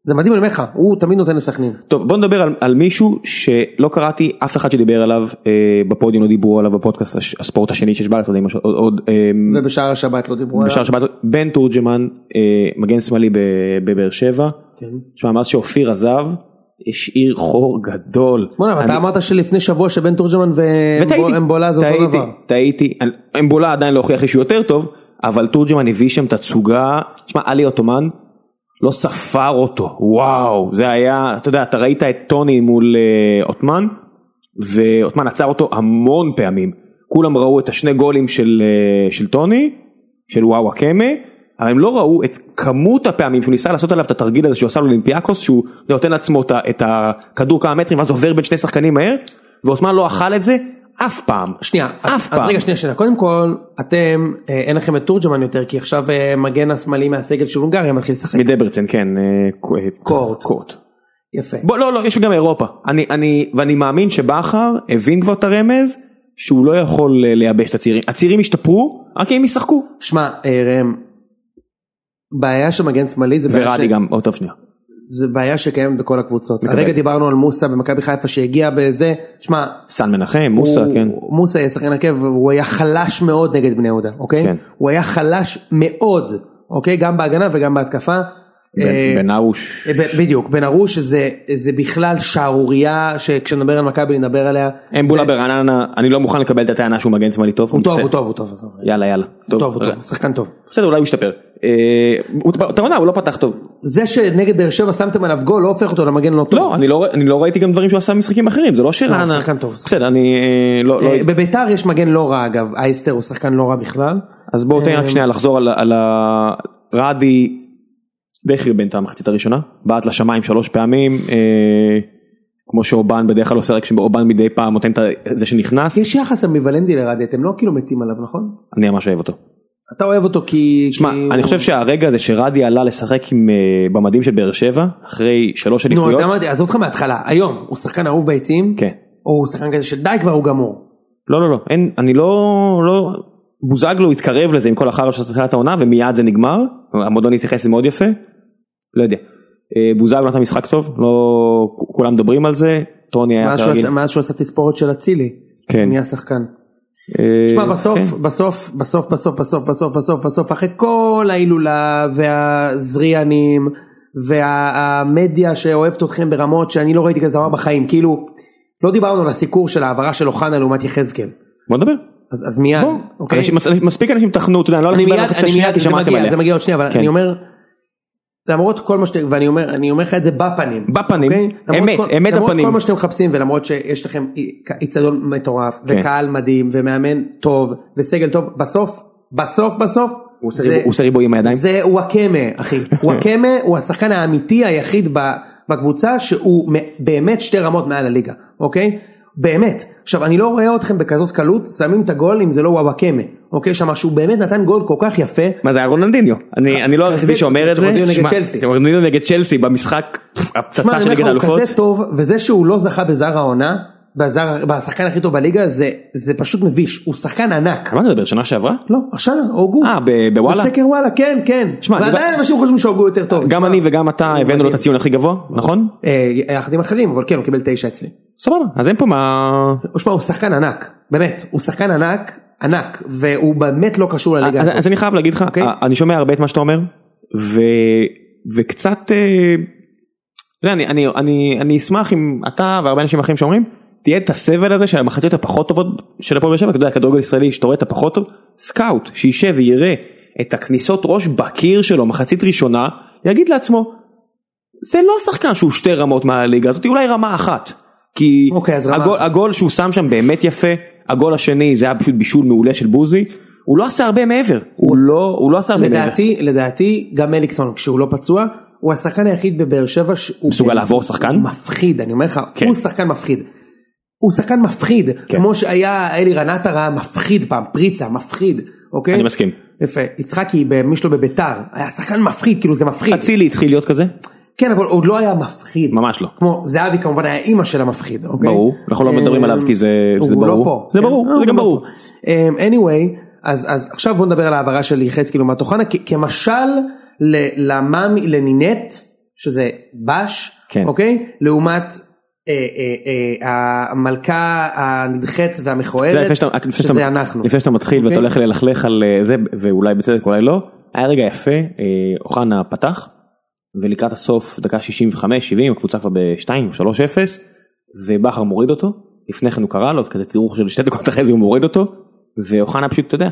Speaker 2: זה מדהים, אני אומר לך, הוא תמיד נותן לסכנין.
Speaker 1: טוב בוא נדבר על, על מישהו שלא קראתי אף אחד שדיבר עליו אה, בפודיום לא דיברו עליו בפודקאסט הש, הספורט השני של שבאלס עוד, עוד, עוד אה,
Speaker 2: ובשער השבת לא דיברו
Speaker 1: בשער
Speaker 2: עליו.
Speaker 1: שבת בן תורג'מן אה, מגן שמאלי ב- בבאר שבע.
Speaker 2: כן.
Speaker 1: תשמע מאז שאופיר עזב השאיר חור גדול.
Speaker 2: בוא'נה, אבל
Speaker 1: אני-
Speaker 2: אתה אמרת שלפני שבוע שבן תורג'מן
Speaker 1: וטעיתי,
Speaker 2: ואמבולה זה אותו
Speaker 1: טעיתי,
Speaker 2: דבר.
Speaker 1: טעיתי, אני- אמבולה עדיין לא הוכיח לי שהוא יותר טוב, אבל תורג'מן הביא שם תצוגה, שמע, עלי עות'מאן לא ספר אותו, וואו, זה היה, אתה יודע, אתה ראית את טוני מול אה, עות'מאן, ועות'מאן עצר אותו המון פעמים, כולם ראו את השני גולים של, אה, של טוני, של וואו הקמה, אבל הם לא ראו את כמות הפעמים שהוא ניסה לעשות עליו את התרגיל הזה שהוא עשה לאולימפיאקוס, שהוא נותן לעצמו את ה- את הכדור כמה מטרים ואז עובר בין שני שחקנים מהר, ועות'מאן לא אכל את זה אף פעם.
Speaker 2: שנייה, אז-
Speaker 1: אף פעם.
Speaker 2: אז רגע, שנייה, שנייה. קודם כל, אתם, אה, אין לכם את תורג'מן יותר, כי עכשיו אה, מגן השמאלי מהסגל של הונגריה מתחיל לשחק.
Speaker 1: מדברצן כן אה, ק- אה,
Speaker 2: קורט.
Speaker 1: קורט.
Speaker 2: יפה.
Speaker 1: בוא לא לא יש גם אירופה אני אני ואני מאמין שבכר הבין כבר את הרמז שהוא לא יכול אה, לייבש את הצעירים הצעירים ישתפרו רק אם ישחקו
Speaker 2: שמע, אה, ראם, בעיה של מגן שמאלי זה בעיה
Speaker 1: ורדי
Speaker 2: ש-
Speaker 1: גם עוד טוב שנייה
Speaker 2: זה בעיה שקיימת בכל הקבוצות.
Speaker 1: מקבל.
Speaker 2: הרגע דיברנו על מוסה במכבי חיפה שהגיע בזה, שמע,
Speaker 1: סן מנחם מוסה
Speaker 2: הוא-
Speaker 1: כן
Speaker 2: מוסה היה שחקן הרכב הוא היה חלש מאוד נגד בני יהודה אוקיי
Speaker 1: כן.
Speaker 2: הוא היה חלש מאוד אוקיי גם בהגנה וגם בהתקפה
Speaker 1: בן-
Speaker 2: אה,
Speaker 1: בן ארוש.
Speaker 2: אה, ב- בדיוק, בן ארוש זה, זה בכלל שערורייה שכשנדבר על מכבי נדבר עליה.
Speaker 1: אמבולה ברעננה, אני לא מוכן לקבל את הטענה שהוא מגן שמאלי אה, טוב.
Speaker 2: הוא טוב,
Speaker 1: מצטער.
Speaker 2: הוא טוב, הוא טוב, הוא טוב.
Speaker 1: יאללה יאללה.
Speaker 2: הוא טוב, הוא טוב, שחקן טוב.
Speaker 1: בסדר אולי הוא ישתפר. אה, הוא- אתה יודע הוא לא פתח טוב.
Speaker 2: זה שנגד באר שבע שמתם עליו גול לא הופך אותו למגן לא טוב.
Speaker 1: לא אני לא אני לא ראיתי גם דברים שהוא עשה במשחקים אחרים זה לא שרעננה.
Speaker 2: הוא שחקן טוב.
Speaker 1: בסדר אני אה, לא. לא-
Speaker 2: אה, בביתר יש מגן לא רע אגב, אייסטר הוא שחקן לא רע בכלל.
Speaker 1: אז בואו
Speaker 2: אה,
Speaker 1: תן רק שנייה לחזור על ה- על ה... רדי די חרבן את המחצית הראשונה בעט לשמיים שלוש פעמים. אה, כמו שאובן בדרך כלל עושה רק שאובן מדי פעם נותן את ה- זה שנכנס
Speaker 2: יש יחס אמביוולנטי לרדי, אתם לא כאילו מתים עליו נכון?
Speaker 1: אני ממש אוהב אותו.
Speaker 2: אתה אוהב אותו כי...
Speaker 1: שמע
Speaker 2: כי הוא-
Speaker 1: אני חושב שהרגע הזה שרדי עלה לשחק עם אה, במדים של באר שבע אחרי שלוש
Speaker 2: נו אז
Speaker 1: אליפויות.
Speaker 2: אמרתי, עזוב אותך מההתחלה, היום הוא שחקן אהוב ביציעים,
Speaker 1: כן.
Speaker 2: או הוא שחקן כזה של די כבר הוא גמור.
Speaker 1: לא לא לא אין אני לא לא בוזגלו התקרב לזה עם כל החרא של תחילת העונה ומיד זה נגמר המועדון התייחס לזה מאוד יפה. לא יודע. אה, בוזגלו נתן משחק טוב לא כ- כולם מדברים על זה טוני היה
Speaker 2: מאז שהוא
Speaker 1: כן, כרגיל.
Speaker 2: עשה- מאז שהוא עשה תספורת של אצילי,
Speaker 1: כן.
Speaker 2: נהיה שחקן.
Speaker 1: אה,
Speaker 2: תשמע בסוף
Speaker 1: כן.
Speaker 2: בסוף בסוף בסוף בסוף בסוף בסוף בסוף אחרי כל ההילולה והזריענים והמדיה שאוהבת אתכם ברמות שאני לא ראיתי כזה דבר בחיים כאילו לא דיברנו על הסיקור של ההעברה של אוחנה לעומת יחזקאל
Speaker 1: בוא נדבר.
Speaker 2: אז אז מיד
Speaker 1: בוא.
Speaker 2: אוקיי
Speaker 1: אנשים- מס- מספיק אנשים תחנו אתה יודע אני לא
Speaker 2: אני
Speaker 1: מדבר
Speaker 2: מיד
Speaker 1: על המחצית
Speaker 2: אני
Speaker 1: השנייה,
Speaker 2: מיד
Speaker 1: כי
Speaker 2: זה
Speaker 1: שמעתם
Speaker 2: מגיע
Speaker 1: עליה.
Speaker 2: זה מגיע עוד שנייה אבל
Speaker 1: כן.
Speaker 2: אני אומר למרות כל מה שאתם ואני אומר אני אומר לך את זה בפנים
Speaker 1: בפנים.
Speaker 2: אוקיי? למרות
Speaker 1: אמת,
Speaker 2: כל-
Speaker 1: אמת
Speaker 2: למרות
Speaker 1: הפנים.
Speaker 2: כל מה שאתם מחפשים ולמרות שיש לכם איצטדיון מטורף
Speaker 1: כן.
Speaker 2: וקהל מדהים ומאמן טוב וסגל טוב בסוף בסוף בסוף
Speaker 1: הוא עושה
Speaker 2: זה-
Speaker 1: ריבו- הוא עושה ריבוי עם הידיים.
Speaker 2: זה וואקמה
Speaker 1: (laughs)
Speaker 2: אחי וואקמה הוא השחקן האמיתי היחיד ב- בקבוצה שהוא מ- באמת שתי רמות מעל הליגה אוקיי באמת עכשיו אני לא רואה אתכם בכזאת קלות שמים את הגול אם זה לא וואקמה אוקיי שמה שהוא באמת נתן גול כל כך יפה
Speaker 1: מה זה היה רונלדיניו אני
Speaker 2: אה,
Speaker 1: אני לא היחידי שאומר את זה.
Speaker 2: רונלדיניו נגד
Speaker 1: שמע,
Speaker 2: צ'לסי.
Speaker 1: רונלדיניו נגד צ'לסי במשחק פפ,
Speaker 2: שמע,
Speaker 1: הפצצה
Speaker 2: אני
Speaker 1: של ליגת
Speaker 2: אומר לך,
Speaker 1: האלופות.
Speaker 2: הוא כזה טוב וזה שהוא לא זכה בזר העונה בזר בשחקן הכי טוב בליגה זה זה פשוט מביש הוא שחקן ענק.
Speaker 1: על מה נדבר שנה שעברה?
Speaker 2: לא עכשיו הוגו.
Speaker 1: אה, ב- בוואלה?
Speaker 2: בסקר וואלה כן כן.
Speaker 1: שמע, אני
Speaker 2: ועדיין
Speaker 1: בא-
Speaker 2: אנשים חושבים שהוגו יותר טוב.
Speaker 1: גם אני וגם אתה הבאנו לו את
Speaker 2: מדהים.
Speaker 1: הציון הכי גבוה נכון?
Speaker 2: אה, יחד עם אחרים אבל כן הוא קיבל תשע אצלי.
Speaker 1: סבבה אז אין פה מה
Speaker 2: הוא- שמע הוא שחקן ענק באמת הוא שחקן ענק ענק והוא באמת לא קשור לליגה.
Speaker 1: אז,
Speaker 2: הזאת.
Speaker 1: אז אני חייב להגיד לך,
Speaker 2: אוקיי.
Speaker 1: אני שומע הרבה את מה שאתה אומר, ו, וקצת, אה, אתה יודע, אני, אני, אני, אני אשמח אם אתה והרבה אנשים אחרים שאומרים, תהיה את הסבל הזה של המחציות הפחות טובות של הפועל באר שבע, אתה יודע, כדורגל ישראלי שאתה רואה את הפחות טוב, סקאוט שישב ויראה את הכניסות ראש בקיר שלו מחצית ראשונה, יגיד לעצמו, זה לא שחקן שהוא שתי רמות מהליגה הזאת, אולי רמה אחת. כי
Speaker 2: אוקיי, אז רמה
Speaker 1: הגול,
Speaker 2: אחת.
Speaker 1: הגול שהוא שם שם באמת יפה, הגול השני זה היה פשוט בישול מעולה של בוזי, הוא לא עשה הרבה מעבר, הוא לא, הוא לא עשה הרבה מעבר.
Speaker 2: לדעתי לדעתי גם אליקסון כשהוא לא פצוע הוא השחקן היחיד בבאר שבע שהוא
Speaker 1: מסוגל
Speaker 2: באמת
Speaker 1: לעבור שחקן?
Speaker 2: מפחיד אני אומר לך
Speaker 1: כן.
Speaker 2: הוא שחקן מפחיד. הוא שחקן מפחיד
Speaker 1: כן.
Speaker 2: כמו שהיה אלי רנטר היה מפחיד פעם פריצה מפחיד אוקיי
Speaker 1: אני מסכים.
Speaker 2: יפה יצחקי במי שלו בביתר היה שחקן מפחיד כאילו זה מפחיד
Speaker 1: אצילי התחיל להיות כזה,
Speaker 2: כן אבל עוד לא היה מפחיד
Speaker 1: ממש לא.
Speaker 2: כמו זהבי כמובן היה אימא של המפחיד אוקיי?
Speaker 1: ברור, אנחנו לא
Speaker 2: אה,
Speaker 1: מדברים עליו כי זה-
Speaker 2: הוא
Speaker 1: זה
Speaker 2: לא
Speaker 1: ברור.
Speaker 2: פה,
Speaker 1: זה
Speaker 2: כן?
Speaker 1: ברור,
Speaker 2: אה,
Speaker 1: זה
Speaker 2: הוא
Speaker 1: גם
Speaker 2: לא
Speaker 1: ברור.
Speaker 2: פה. אמ, anyway אז אז עכשיו בוא נדבר על העברה של יחזקאל לעומת אוחנה כ- כמשל ל- למאמי לנינט שזה בש
Speaker 1: כן.
Speaker 2: אוקיי לעומת. אה, אה, אה, המלכה הנדחית
Speaker 1: אתה יודע,
Speaker 2: והמכוערת
Speaker 1: לא, לפני שאתה- לפני שאתה-
Speaker 2: שזה אנחנו
Speaker 1: לפני שאתה מתחיל ואתה
Speaker 2: אוקיי.
Speaker 1: הולך ללכלך על אה, זה ואולי בצדק אולי לא היה רגע יפה אה, אוחנה פתח ולקראת הסוף דקה 65-70 הקבוצה כבר ב-2-3-0 ובכר מוריד אותו לפני כן הוא קרא לו כזה צירוך של שתי דקות אחרי זה הוא מוריד אותו ואוחנה פשוט אתה יודע.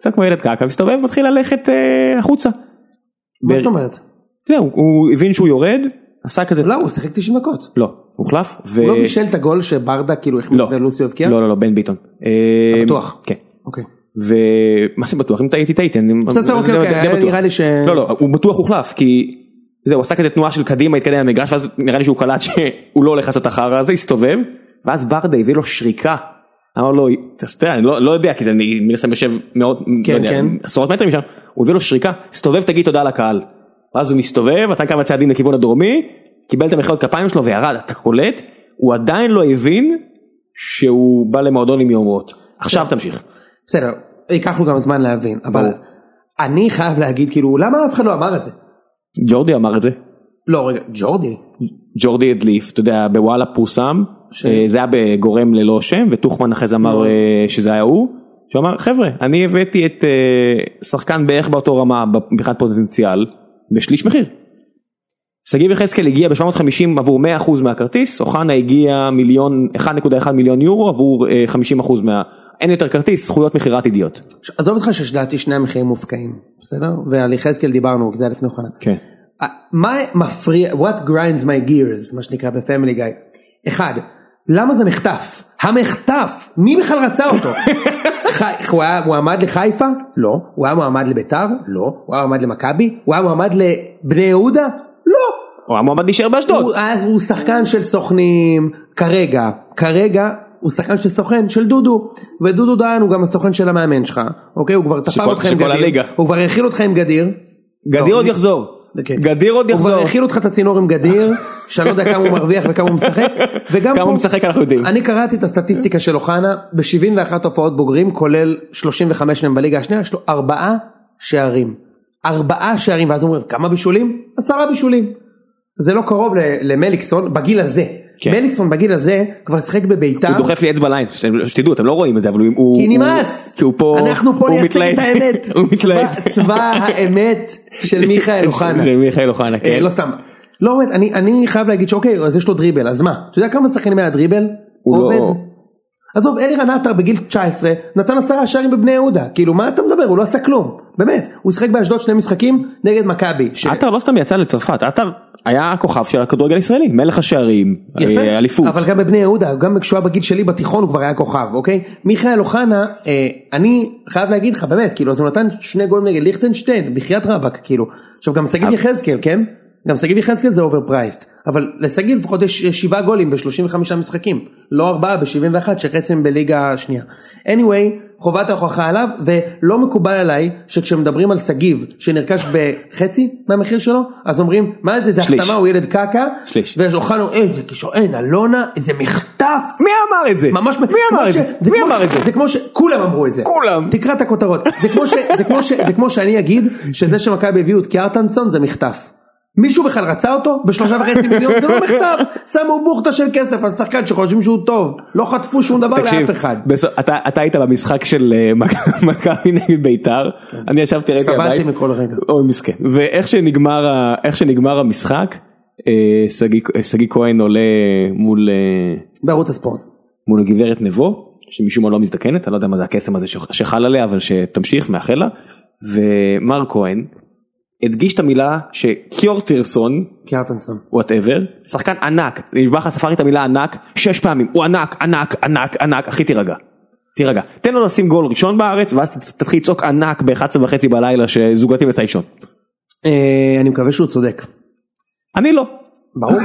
Speaker 1: קצת כמו ילד קעקע מסתובב מתחיל ללכת אה, החוצה.
Speaker 2: מה
Speaker 1: בר-
Speaker 2: זאת אומרת?
Speaker 1: זהו, כן, הוא הבין שהוא יורד עשה כזה
Speaker 2: לא הוא שיחק 90 דקות.
Speaker 1: לא הוחלף. ו-
Speaker 2: הוא לא בישל את הגול שברדה כאילו החמיץ
Speaker 1: לא.
Speaker 2: ולוסיו הבקיע?
Speaker 1: לא לא לא בן ביטון. אה,
Speaker 2: בטוח?
Speaker 1: כן.
Speaker 2: אוקיי.
Speaker 1: ומה זה בטוח אם טעיתי טעיתי אני
Speaker 2: בסדר,
Speaker 1: אני
Speaker 2: אוקיי,
Speaker 1: די-
Speaker 2: אוקיי,
Speaker 1: די
Speaker 2: היה
Speaker 1: בטוח.
Speaker 2: נראה לי ש-
Speaker 1: לא לא הוא בטוח הוחלף כי אתה יודע, הוא עשה כזה תנועה של קדימה התקדם למגרש ואז נראה לי שהוא קלט שהוא לא הולך לעשות את החרא הזה הסתובב ואז ברדה הביא לו שריקה. אמר לו תסתכל אני לא לא יודע כי זה אני מן הסתם יושב מאות
Speaker 2: כן,
Speaker 1: לא יודע,
Speaker 2: כן.
Speaker 1: עשרות מטרים משם הוא הביא לו שריקה הסתובב תגיד תודה לקהל. ואז הוא מסתובב נתן כמה צעדים לכיוון הדרומי קיבל את המחיאות כפיים שלו וירד אתה קולט הוא עדיין לא הבין שהוא בא למועדון עם יומרות
Speaker 2: כן.
Speaker 1: עכשיו תמשיך.
Speaker 2: בסדר, ייקח לו גם זמן להבין, אבל
Speaker 1: ברור.
Speaker 2: אני חייב להגיד כאילו למה אף אחד לא אמר את זה?
Speaker 1: ג'ורדי אמר את זה.
Speaker 2: לא רגע, ג'ורדי?
Speaker 1: ג'ורדי הדליף, אתה יודע, בוואלה פורסם, ש... זה היה בגורם ללא שם, וטוחמן אחרי זה
Speaker 2: לא.
Speaker 1: אמר אה, שזה היה הוא, שהוא אמר חבר'ה, אני הבאתי את אה, שחקן בערך באותו רמה ב- מבחינת פוטנציאל, בשליש מחיר. שגיב יחזקאל הגיע ב-750 עבור 100% מהכרטיס, אוחנה הגיע מיליון, 1.1 מיליון יורו עבור אה, 50% מה... אין יותר כרטיס, זכויות מכירת אידיוט.
Speaker 2: ש- עזוב אותך ששדעתי שני המחירים מופקעים, בסדר? ועל יחזקאל דיברנו, כי זה היה לפני אוחנה.
Speaker 1: כן.
Speaker 2: אה, מה מפריע, what grinds my gears, מה שנקרא בפמילי גיא. אחד, למה זה מחטף? המחטף! מי בכלל רצה אותו? חי- הוא היה מועמד לחיפה? לא. הוא היה מועמד לביתר? לא. הוא היה מועמד למכבי? הוא היה מועמד לבני יהודה? לא.
Speaker 1: הוא היה מועמד להישאר
Speaker 2: הוא-
Speaker 1: באשדוד.
Speaker 2: אז הוא שחקן של סוכנים כרגע, כרגע הוא שחקן של סוכן של דודו, ודודו דהן הוא גם הסוכן של המאמן שלך, אוקיי? הוא כבר תפר
Speaker 1: שכל-
Speaker 2: אותך עם
Speaker 1: שכל הליגה.
Speaker 2: גדיר, הוא כבר האכיל אותך עם גדיר,
Speaker 1: גדיר
Speaker 2: לא,
Speaker 1: עוד
Speaker 2: אני-
Speaker 1: יחזור.
Speaker 2: כן.
Speaker 1: גדיר עוד
Speaker 2: הוא כבר
Speaker 1: יחזור.
Speaker 2: האכיל אותך את הצינור עם גדיר, שאני לא יודע כמה הוא מרוויח וכמה הוא משחק, וגם
Speaker 1: כמה
Speaker 2: פה-
Speaker 1: הוא משחק אנחנו יודעים.
Speaker 2: אני קראתי את הסטטיסטיקה של אוחנה, ב-71 הופעות בוגרים, כולל 35 מהם בליגה השנייה, יש לו ארבעה שערים. ארבעה שערים, ואז אומרים, כמה בישולים? עשרה בישולים. זה לא קרוב ל- למליקסון בגיל הזה.
Speaker 1: כן.
Speaker 2: מליקסון בגיל הזה כבר שיחק בביתר.
Speaker 1: הוא דוחף לי אצבע לעין, שת- שתדעו, אתם לא רואים את זה, אבל הוא... הוא-
Speaker 2: כי
Speaker 1: הוא-
Speaker 2: נמאס,
Speaker 1: כי הוא פה...
Speaker 2: אנחנו פה
Speaker 1: הוא
Speaker 2: נייצג
Speaker 1: מתלהט.
Speaker 2: את האמת,
Speaker 1: (laughs) הוא מתלהט.
Speaker 2: צבא- צבא האמת של
Speaker 1: (laughs)
Speaker 2: מיכאל אוחנה,
Speaker 1: של מיכאל אוחנה,
Speaker 2: אה,
Speaker 1: כן.
Speaker 2: לא סתם, לא באמת, אני- אני חייב להגיד שאוקיי, אז יש לו דריבל, אז מה, אתה יודע כמה שחקנים היה דריבל?
Speaker 1: הוא לא-
Speaker 2: עובד? עזוב, אלירן עטר בגיל 19 נתן עשרה שערים בבני יהודה, כאילו מה אתה מדבר, הוא לא עשה כלום, באמת, הוא שיחק באשדוד שני משחקים נגד מכבי, ש-
Speaker 1: עטר לא סתם יצא לצרפת, עטר היה הכוכב של הכדורגל הישראלי, מלך השערים, אה, אליפות.
Speaker 2: אבל גם בבני יהודה, גם כשהוא היה בגיל שלי בתיכון הוא כבר היה כוכב, אוקיי? מיכאל אוחנה, אה, אני חייב להגיד לך, באמת, כאילו, אז הוא נתן שני גולים נגד ליכטנשטיין, בחייאת רבאק, כאילו. עכשיו גם שגיב יחזקאל, כן? גם שגיב יחזקאל זה אוברפרייסט, אבל לשגיב לפחות יש יש שבעה גולים ב-35 משחקים, לא ארבעה ב-71 שחצי הם בליגה השנייה. anyway, חובת ההוכחה עליו, ולא מקובל עליי שכשמדברים על שגיב שנרכש בחצי מהמחיר שלו, אז אומרים, מה זה, זה
Speaker 1: שליש.
Speaker 2: החתמה, הוא ילד קקע,
Speaker 1: שליש.
Speaker 2: ויש אוחנה, איזה כישרון, אלונה, איזה מחטף.
Speaker 1: מי אמר את זה?
Speaker 2: ממש,
Speaker 1: מי אמר את זה? מי
Speaker 2: כמו
Speaker 1: אמר
Speaker 2: ש-
Speaker 1: את זה?
Speaker 2: זה כמו ש... כולם אמרו את זה.
Speaker 1: כולם.
Speaker 2: תקרא את הכותרות. זה כמו ש- זה כמו ש- זה כמו שאני אגיד, שזה שמכבי הביאו את קיארטנסון זה מחטף. מישהו בכלל רצה אותו? בשלושה וחצי מיליון? זה לא מחטף. שמו בוכטה של כסף על שחקן שחושבים שהוא טוב. לא חטפו שום דבר לאף אחד.
Speaker 1: בסוף- אתה אתה היית במשחק של אה, מכ- מכבי נגד ביתר, אני ישבתי ראיתי
Speaker 2: כן. סבלתי
Speaker 1: הבית,
Speaker 2: מכל רגע.
Speaker 1: אוי מסכן, ואיך שנגמר ה- איך שנגמר המשחק, אה, שגיא- אה, שגיא כהן עולה מול אה,
Speaker 2: בערוץ הספורט.
Speaker 1: מול הגברת נבו, שמשום מה לא מזדקנת, אני לא יודע מה זה הקסם הזה ש- שחל עליה, אבל שתמשיך, מאחל לה. ומר כהן הדגיש את המילה שקיורטרסון,
Speaker 2: קיארטנסון.
Speaker 1: וואטאבר, שחקן ענק, נשבע לך ספרתי את המילה ענק, שש פעמים, הוא ענק, ענק, ענק, ענק, אחי תירגע. תירגע, תן לו לשים גול ראשון בארץ ואז ת- תתחיל לצעוק ענק ב-11 וחצי בלילה שזוגתי יצא לישון.
Speaker 2: אה, אני מקווה שהוא צודק.
Speaker 1: אני לא.
Speaker 2: ברור,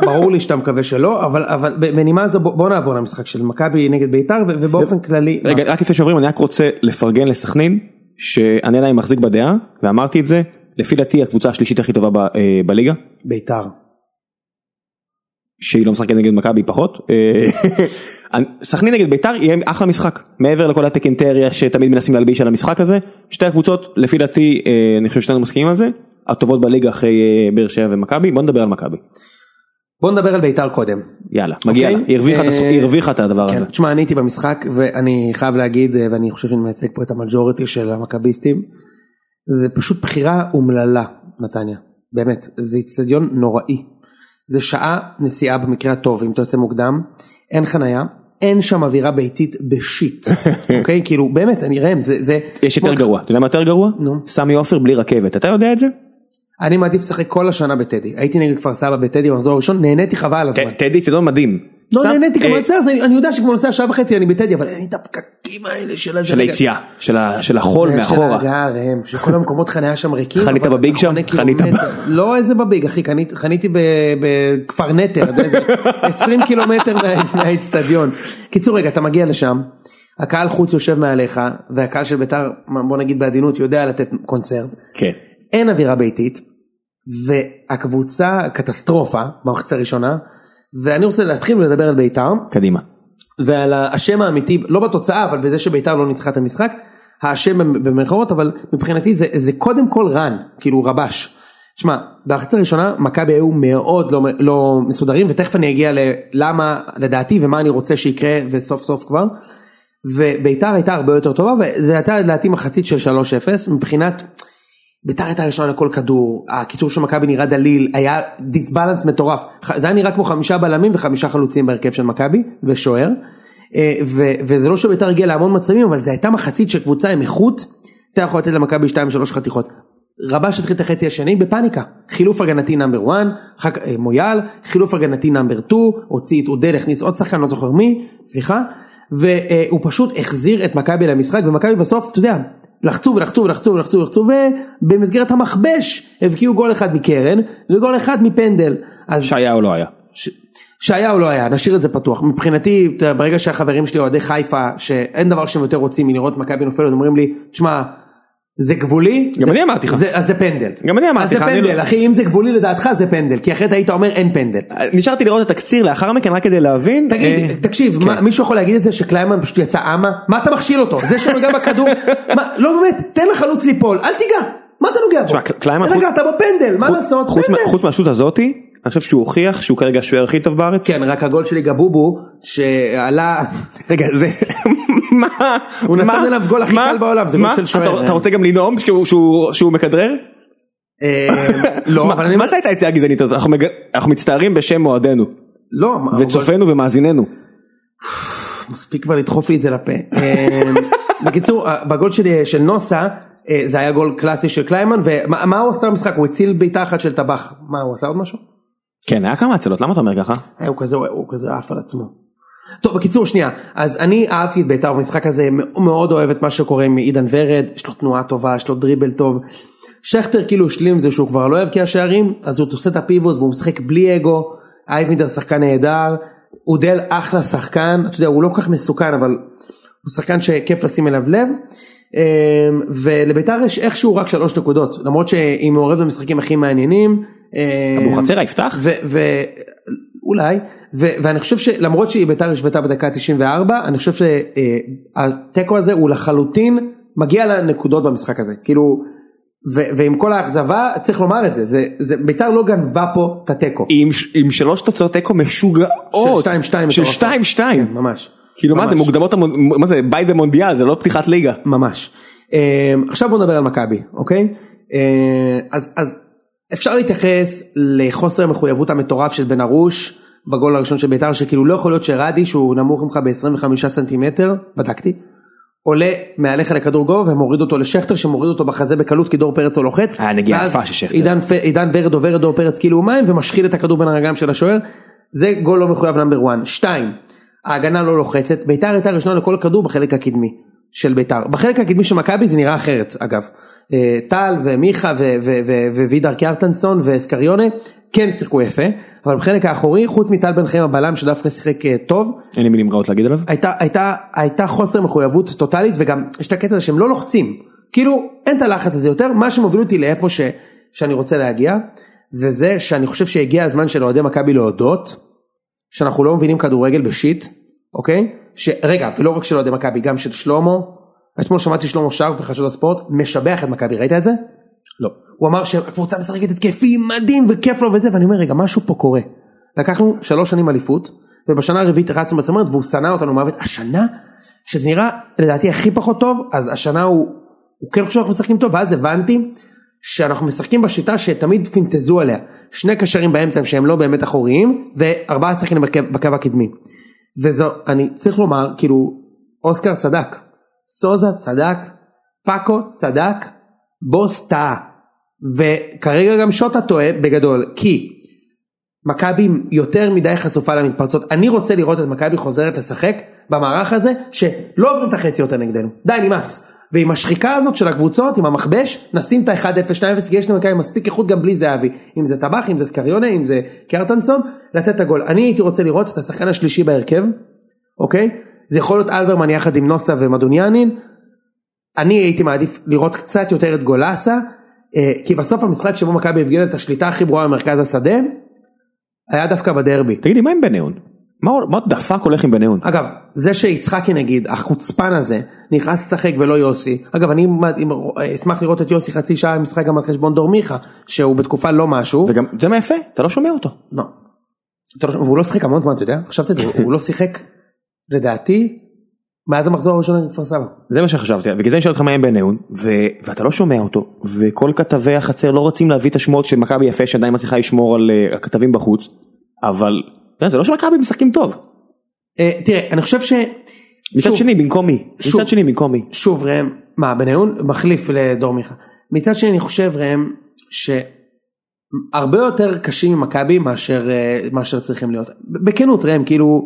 Speaker 2: ברור לי שאתה מקווה שלא, אבל, אבל בנימה זו בוא, בוא נעבור למשחק של מכבי נגד ביתר ו- ובאופן כללי,
Speaker 1: רגע, רק לפני שעוברים, אני רק רוצה לפרגן לסכנין, שאני עדיין מחזיק בדעה, ואמרתי את זה, לפי דעתי הקבוצה השלישית הכי טובה ב- אה, בליגה,
Speaker 2: ביתר.
Speaker 1: שהיא לא משחקת נגד מכבי פחות. אה, (laughs) סכנין נגד ביתר יהיה אחלה משחק, מעבר לכל הטקנטריה שתמיד מנסים להלביש על המשחק הזה, שתי הקבוצות, לפי דעתי, אה, אני חושב ששנינו מסכימים על זה, הטובות בליגה אחרי אה, באר שבע ומכבי, בוא נדבר על מכבי.
Speaker 2: בוא נדבר על ביתר קודם.
Speaker 1: יאללה, מגיע לה,
Speaker 2: אוקיי?
Speaker 1: היא הרוויחה את הס-
Speaker 2: אה,
Speaker 1: היא הרוויחה את הדבר הזה.
Speaker 2: כן, תשמע, אני הייתי במשחק ואני חייב להגיד, אה, ואני חושב שאני מייצג פה את המג'וריטי של המכביסטים, זה פשוט בחירה אומללה, נתניה. באמת, זה איצטדיון נוראי. זה שעה נסיעה במקרה הטוב, אם אתה יוצא מוקדם, אין חנייה, אין שם אווירה ביתית בשיט,
Speaker 1: (laughs)
Speaker 2: אוקיי? כאילו, באמת, אני ראם, זה... זה-
Speaker 1: יש יותר גרוע, אתה יודע מה יותר גרוע?
Speaker 2: נו.
Speaker 1: סמי עופר בלי רכבת, אתה יודע את זה?
Speaker 2: אני מעדיף לשחק כל השנה בטדי. הייתי נגד כפר סבא בטדי במחזור הראשון, נהניתי חבל על הזמן.
Speaker 1: ט- טדי צדון מדהים.
Speaker 2: לא
Speaker 1: שם-
Speaker 2: נהניתי
Speaker 1: אה,
Speaker 2: כמו יצא, אז אני אני יודע שכבר נוסע שעה וחצי אני בטדי, אבל אין לי את הפקקים האלה של...
Speaker 1: של היציאה, של ה- אה, של החול
Speaker 2: אה, של
Speaker 1: מאחורה.
Speaker 2: ההגעה, ראם, שכל המקומות חניה שם ריקים.
Speaker 1: חנית
Speaker 2: אבל
Speaker 1: בביג
Speaker 2: אתה
Speaker 1: שם?
Speaker 2: חונה
Speaker 1: חנית
Speaker 2: קילומטר. לא איזה בביג, אחי, קנית- חניתי ב- בכפר נטר, אתה יודע, איזה 20 קילומטר מה- מהאיצטדיון. קיצור, רגע, אתה מגיע לשם, הקהל חוץ יושב מעליך, והקהל של בית"ר, בוא נגיד בעדינות, יודע לתת קונצרט.
Speaker 1: כן.
Speaker 2: אין אווירה ביתית והקבוצה קטסטרופה במחצית הראשונה ואני רוצה להתחיל ולדבר על בית"ר
Speaker 1: קדימה.
Speaker 2: ועל האשם האמיתי לא בתוצאה אבל בזה שבית"ר לא ניצחה את המשחק האשם במרכאות אבל מבחינתי זה, זה קודם כל רן כאילו רבש. תשמע במחצית הראשונה מכבי היו מאוד לא, לא מסודרים ותכף אני אגיע ללמה לדעתי ומה אני רוצה שיקרה וסוף סוף כבר. וביתר הייתה הרבה יותר טובה וזה הייתה לדעתי מחצית של 3-0 מבחינת ביתר הייתה ראשונה לכל כדור, הקיצור של מכבי נראה דליל, היה דיסבלנס מטורף, ח- זה היה נראה כמו חמישה בלמים וחמישה חלוצים בהרכב של מכבי ושוער, אה, ו- וזה לא שביתר הגיעה להמון מצבים, אבל זו הייתה מחצית של קבוצה עם איכות, אתה יכול לתת למכבי 2-3 חתיכות. רבש התחיל את החצי השני בפאניקה, חילוף הגנתי נאמבר 1, אחר כך אה, מויאל, חילוף הגנתי נאמבר 2, הוציא את אודל, הכניס עוד שחקן, לא זוכר מי, סליחה, והוא פשוט החזיר את מכבי למשחק, ומכבי בסוף, אתה יודע, לחצו ולחצו ולחצו ולחצו ולחצו ובמסגרת המכבש הבקיעו גול אחד מקרן וגול אחד מפנדל. אז
Speaker 1: שהיה או לא היה.
Speaker 2: ש... שהיה או לא היה, נשאיר את זה פתוח. מבחינתי, אתה יודע, ברגע שהחברים שלי אוהדי חיפה, שאין דבר שהם יותר רוצים מלראות מכבי נופלת, אומרים לי, תשמע, זה גבולי.
Speaker 1: גם
Speaker 2: זה...
Speaker 1: אני אמרתי לך.
Speaker 2: זה... אז זה פנדל.
Speaker 1: גם אני אמרתי לך,
Speaker 2: אז זה
Speaker 1: אני
Speaker 2: פנדל,
Speaker 1: לא-
Speaker 2: אחי, אם זה גבולי לדעתך זה פנדל, כי אחרת היית אומר אין פנדל.
Speaker 1: אה, נשארתי לראות את התקציר לאחר מכן רק כדי להבין.
Speaker 2: תגיד,
Speaker 1: אה,
Speaker 2: תקשיב, מה, מישהו יכול להגיד את זה שקליימן פשוט יצא אמה? מה אתה מכשיל אותו? זה שנוגע בכדור? מה, לא באמת, תן לחלוץ ליפול, אל תיגע. מה אתה נוגע בו?
Speaker 1: תשמע, קל- קליימן-
Speaker 2: נגעת בו פנדל, מה
Speaker 1: חוץ-
Speaker 2: לעשות?
Speaker 1: חוץ מה-
Speaker 2: פנדל.
Speaker 1: חוץ מהשטות הזאתי, אני חושב שהוא הוכיח שהוא כרגע השוער הכי טוב בארץ.
Speaker 2: כן, רק הגול שלי גבובו, שעלה...
Speaker 1: רגע זה (laughs) מה
Speaker 2: הוא נתן
Speaker 1: מה?
Speaker 2: עליו גול הכי
Speaker 1: מה?
Speaker 2: קל בעולם, זה גול
Speaker 1: מה?
Speaker 2: של שוער.
Speaker 1: אתה- אתה רוצה גם לנאום שהוא- שהוא- שהוא מכדרר?
Speaker 2: אה, לא,
Speaker 1: מה-
Speaker 2: אבל אני...
Speaker 1: מה זה הייתה היציאה הגזענית הזאת? אנחנו מג- אנחנו מצטערים בשם אוהדינו
Speaker 2: לא, מה, אבל-
Speaker 1: וצופינו ומאזיננו.
Speaker 2: מספיק כבר לדחוף לי את זה לפה. אה, (laughs) בקיצור, אה, בגול שלי- של נוסה, אה, זה היה גול קלאסי של קליימן, ומה מה הוא עשה במשחק? הוא הציל בעיטה אחת של טבח. מה, הוא עשה עוד משהו?
Speaker 1: כן היה כמה הצלות למה אתה אומר ככה?
Speaker 2: אה, הוא כזה, הוא כזה עף על עצמו. טוב בקיצור שנייה אז אני אהבתי את בית"ר במשחק הזה מאוד, מאוד אוהב את מה שקורה עם עידן ורד יש לו תנועה טובה יש לו דריבל טוב. שכטר כאילו השלים עם זה שהוא כבר לא הבקיע שערים אז הוא עושה את הפיבוט והוא משחק בלי אגו. אייבינדר שחקן נהדר. אודל אחלה שחקן אתה יודע הוא לא כל כך מסוכן אבל הוא שחקן שכיף לשים אליו לב. אמ, ולבית"ר יש איכשהו רק שלוש נקודות למרות שהיא מעורבת במשחקים הכי מעניינים. אמ,
Speaker 1: אבוחצירא יפתח?
Speaker 2: ואולי, ואני חושב שלמרות שהיא ביתר השוותה בדקה ה-94, אני חושב שהתיקו הזה הוא לחלוטין מגיע לנקודות במשחק הזה, כאילו, ו- ועם כל האכזבה צריך לומר את זה, זה, זה ביתר לא גנבה פה את התיקו.
Speaker 1: עם ש- עם שלוש תוצאות תיקו משוגעות.
Speaker 2: של 2-2.
Speaker 1: של
Speaker 2: מטורף.
Speaker 1: 2-2.
Speaker 2: כן, ממש.
Speaker 1: כאילו מה זה
Speaker 2: ממש.
Speaker 1: מוקדמות המונ- מה זה ביי דה מונדיאל זה לא פתיחת ליגה.
Speaker 2: ממש. אמ, עכשיו בוא נדבר על מכבי, אוקיי? אה, אז, אז אפשר להתייחס לחוסר המחויבות המטורף של בן ארוש בגול הראשון של בית"ר, שכאילו לא יכול להיות שרדי, שהוא נמוך ממך ב-25 סנטימטר, בדקתי, עולה מעליך לכדור גובה ומוריד אותו לשכטר שמוריד אותו בחזה בקלות כי דור פרץ לא לוחץ.
Speaker 1: היה אה, נגיעה
Speaker 2: ואז
Speaker 1: יפה של שכטר.
Speaker 2: עידן, פ- עידן ורד עובר את דור פרץ כאילו הוא מים ומשחיל את הכדור בין הרגליים של השוער. זה גול לא מחויב נאמבר 1. 2. ההגנה לא לוחצת. ביתר הייתה ראשונה לכל כדור בחלק הקדמי של ביתר. בחלק הקדמי של מכבי זה נראה אחרת אגב. אה, טל ומיכה ו- ו- ו- ווידר קיארטנסון וסקריונה כן שיחקו יפה. אבל בחלק האחורי חוץ מטל בן חיים הבלם שדווקא שיחק אה, טוב.
Speaker 1: אין לי מילים רעות להגיד עליו.
Speaker 2: הייתה, הייתה, הייתה חוסר מחויבות טוטאלית וגם יש את הקטע הזה שהם לא לוחצים. כאילו אין את הלחץ הזה יותר, מה שמוביל אותי לאיפה ש, שאני רוצה להגיע, וזה שאני חושב שהגיע הזמן של אוהדי מכבי להודות, שאנחנו לא מבינים כדורגל בשיט, אוקיי? ש, רגע, ולא רק של אוהדי מכבי, גם של שלמה. אתמול שמעתי שלמה שרף בחדשות הספורט, משבח את מכבי, ראית את זה? לא. הוא אמר שהקבוצה משחקת התקפי מדהים וכיף לו וזה, ואני אומר רגע משהו פה קורה. לקחנו שלוש שנים אליפות, ובשנה הרביעית רצנו בצמרת והוא שנא אותנו מוות. השנה, שזה נראה לדעתי הכי פחות טוב, אז השנה הוא, הוא כן חושב שאנחנו משחקים טוב, ואז הבנתי שאנחנו משחקים בשיטה שתמיד פינטזו עליה. שני קשרים באמצע שהם לא באמת אחוריים, וארבעה שחקנים בקו, בקו הקדמי. וזו, אני צריך לומר, כאילו, אוסקר צדק, סוזה צדק, פאקו צדק, בוס טעה. וכרגע גם שוטה טועה בגדול, כי מכבי יותר מדי חשופה למתפרצות. אני רוצה לראות את מכבי חוזרת לשחק במערך הזה, שלא עוברים את החצי יותר נגדנו. די, נמאס. ועם השחיקה הזאת של הקבוצות, עם המכבש, נשים את ה-1-0-2-0, כי יש למכבי מספיק איכות גם בלי זהבי. אם זה טבח, אם זה סקריונה, אם זה קרטנסון, לתת את הגול. אני הייתי רוצה לראות את השחקן השלישי בהרכב, אוקיי? זה יכול להיות אלברמן יחד עם נוסה ומדוניאנין, אני הייתי מעדיף לראות קצת יותר את גולסה, אה, כי בסוף המשחק שבו מכבי הפגינה את השליטה הכי ברורה במרכז השדה, היה דווקא בדרבי.
Speaker 1: תגיד לי מה עם בניון? מה מה דפק הולך עם בניון?
Speaker 2: אגב, זה שיצחקי נגיד, החוצפן הזה, נכנס לשחק ולא יוסי, אגב אני מד- אה, אשמח לראות את יוסי חצי שעה במשחק גם על חשבון דור מיכה, שהוא בתקופה לא משהו,
Speaker 1: וגם אתה יודע מה יפה? אתה לא שומע אותו.
Speaker 2: לא. אתה לא- והוא לא שיחק המון זמן אתה יודע? חשבת את זה, הוא לא שיחק, לדעתי, מאז המחזור הראשון נגד כפר סבא.
Speaker 1: זה מה שחשבתי, בגלל זה אני שואל אותך מה עם בניון, ו... ואתה לא שומע אותו, וכל כתבי החצר לא רוצים להביא את השמועות של מכבי יפה שעדיין מצליחה לשמור על אה, הכתבים בחוץ, אבל אתה יודע, זה לא שמכבי משחקים טוב.
Speaker 2: אה, תראה, אני חושב ש...
Speaker 1: מצד
Speaker 2: שוב,
Speaker 1: שני במקום מי?
Speaker 2: שוב.
Speaker 1: מצד שני במקום מי?
Speaker 2: שוב ראם, מה בניון מחליף לדור מיכה. מצד שני אני חושב ראם שהרבה יותר קשים עם מכבי מאשר אה, מאשר צריכים להיות. ב- בכנות ראם כאילו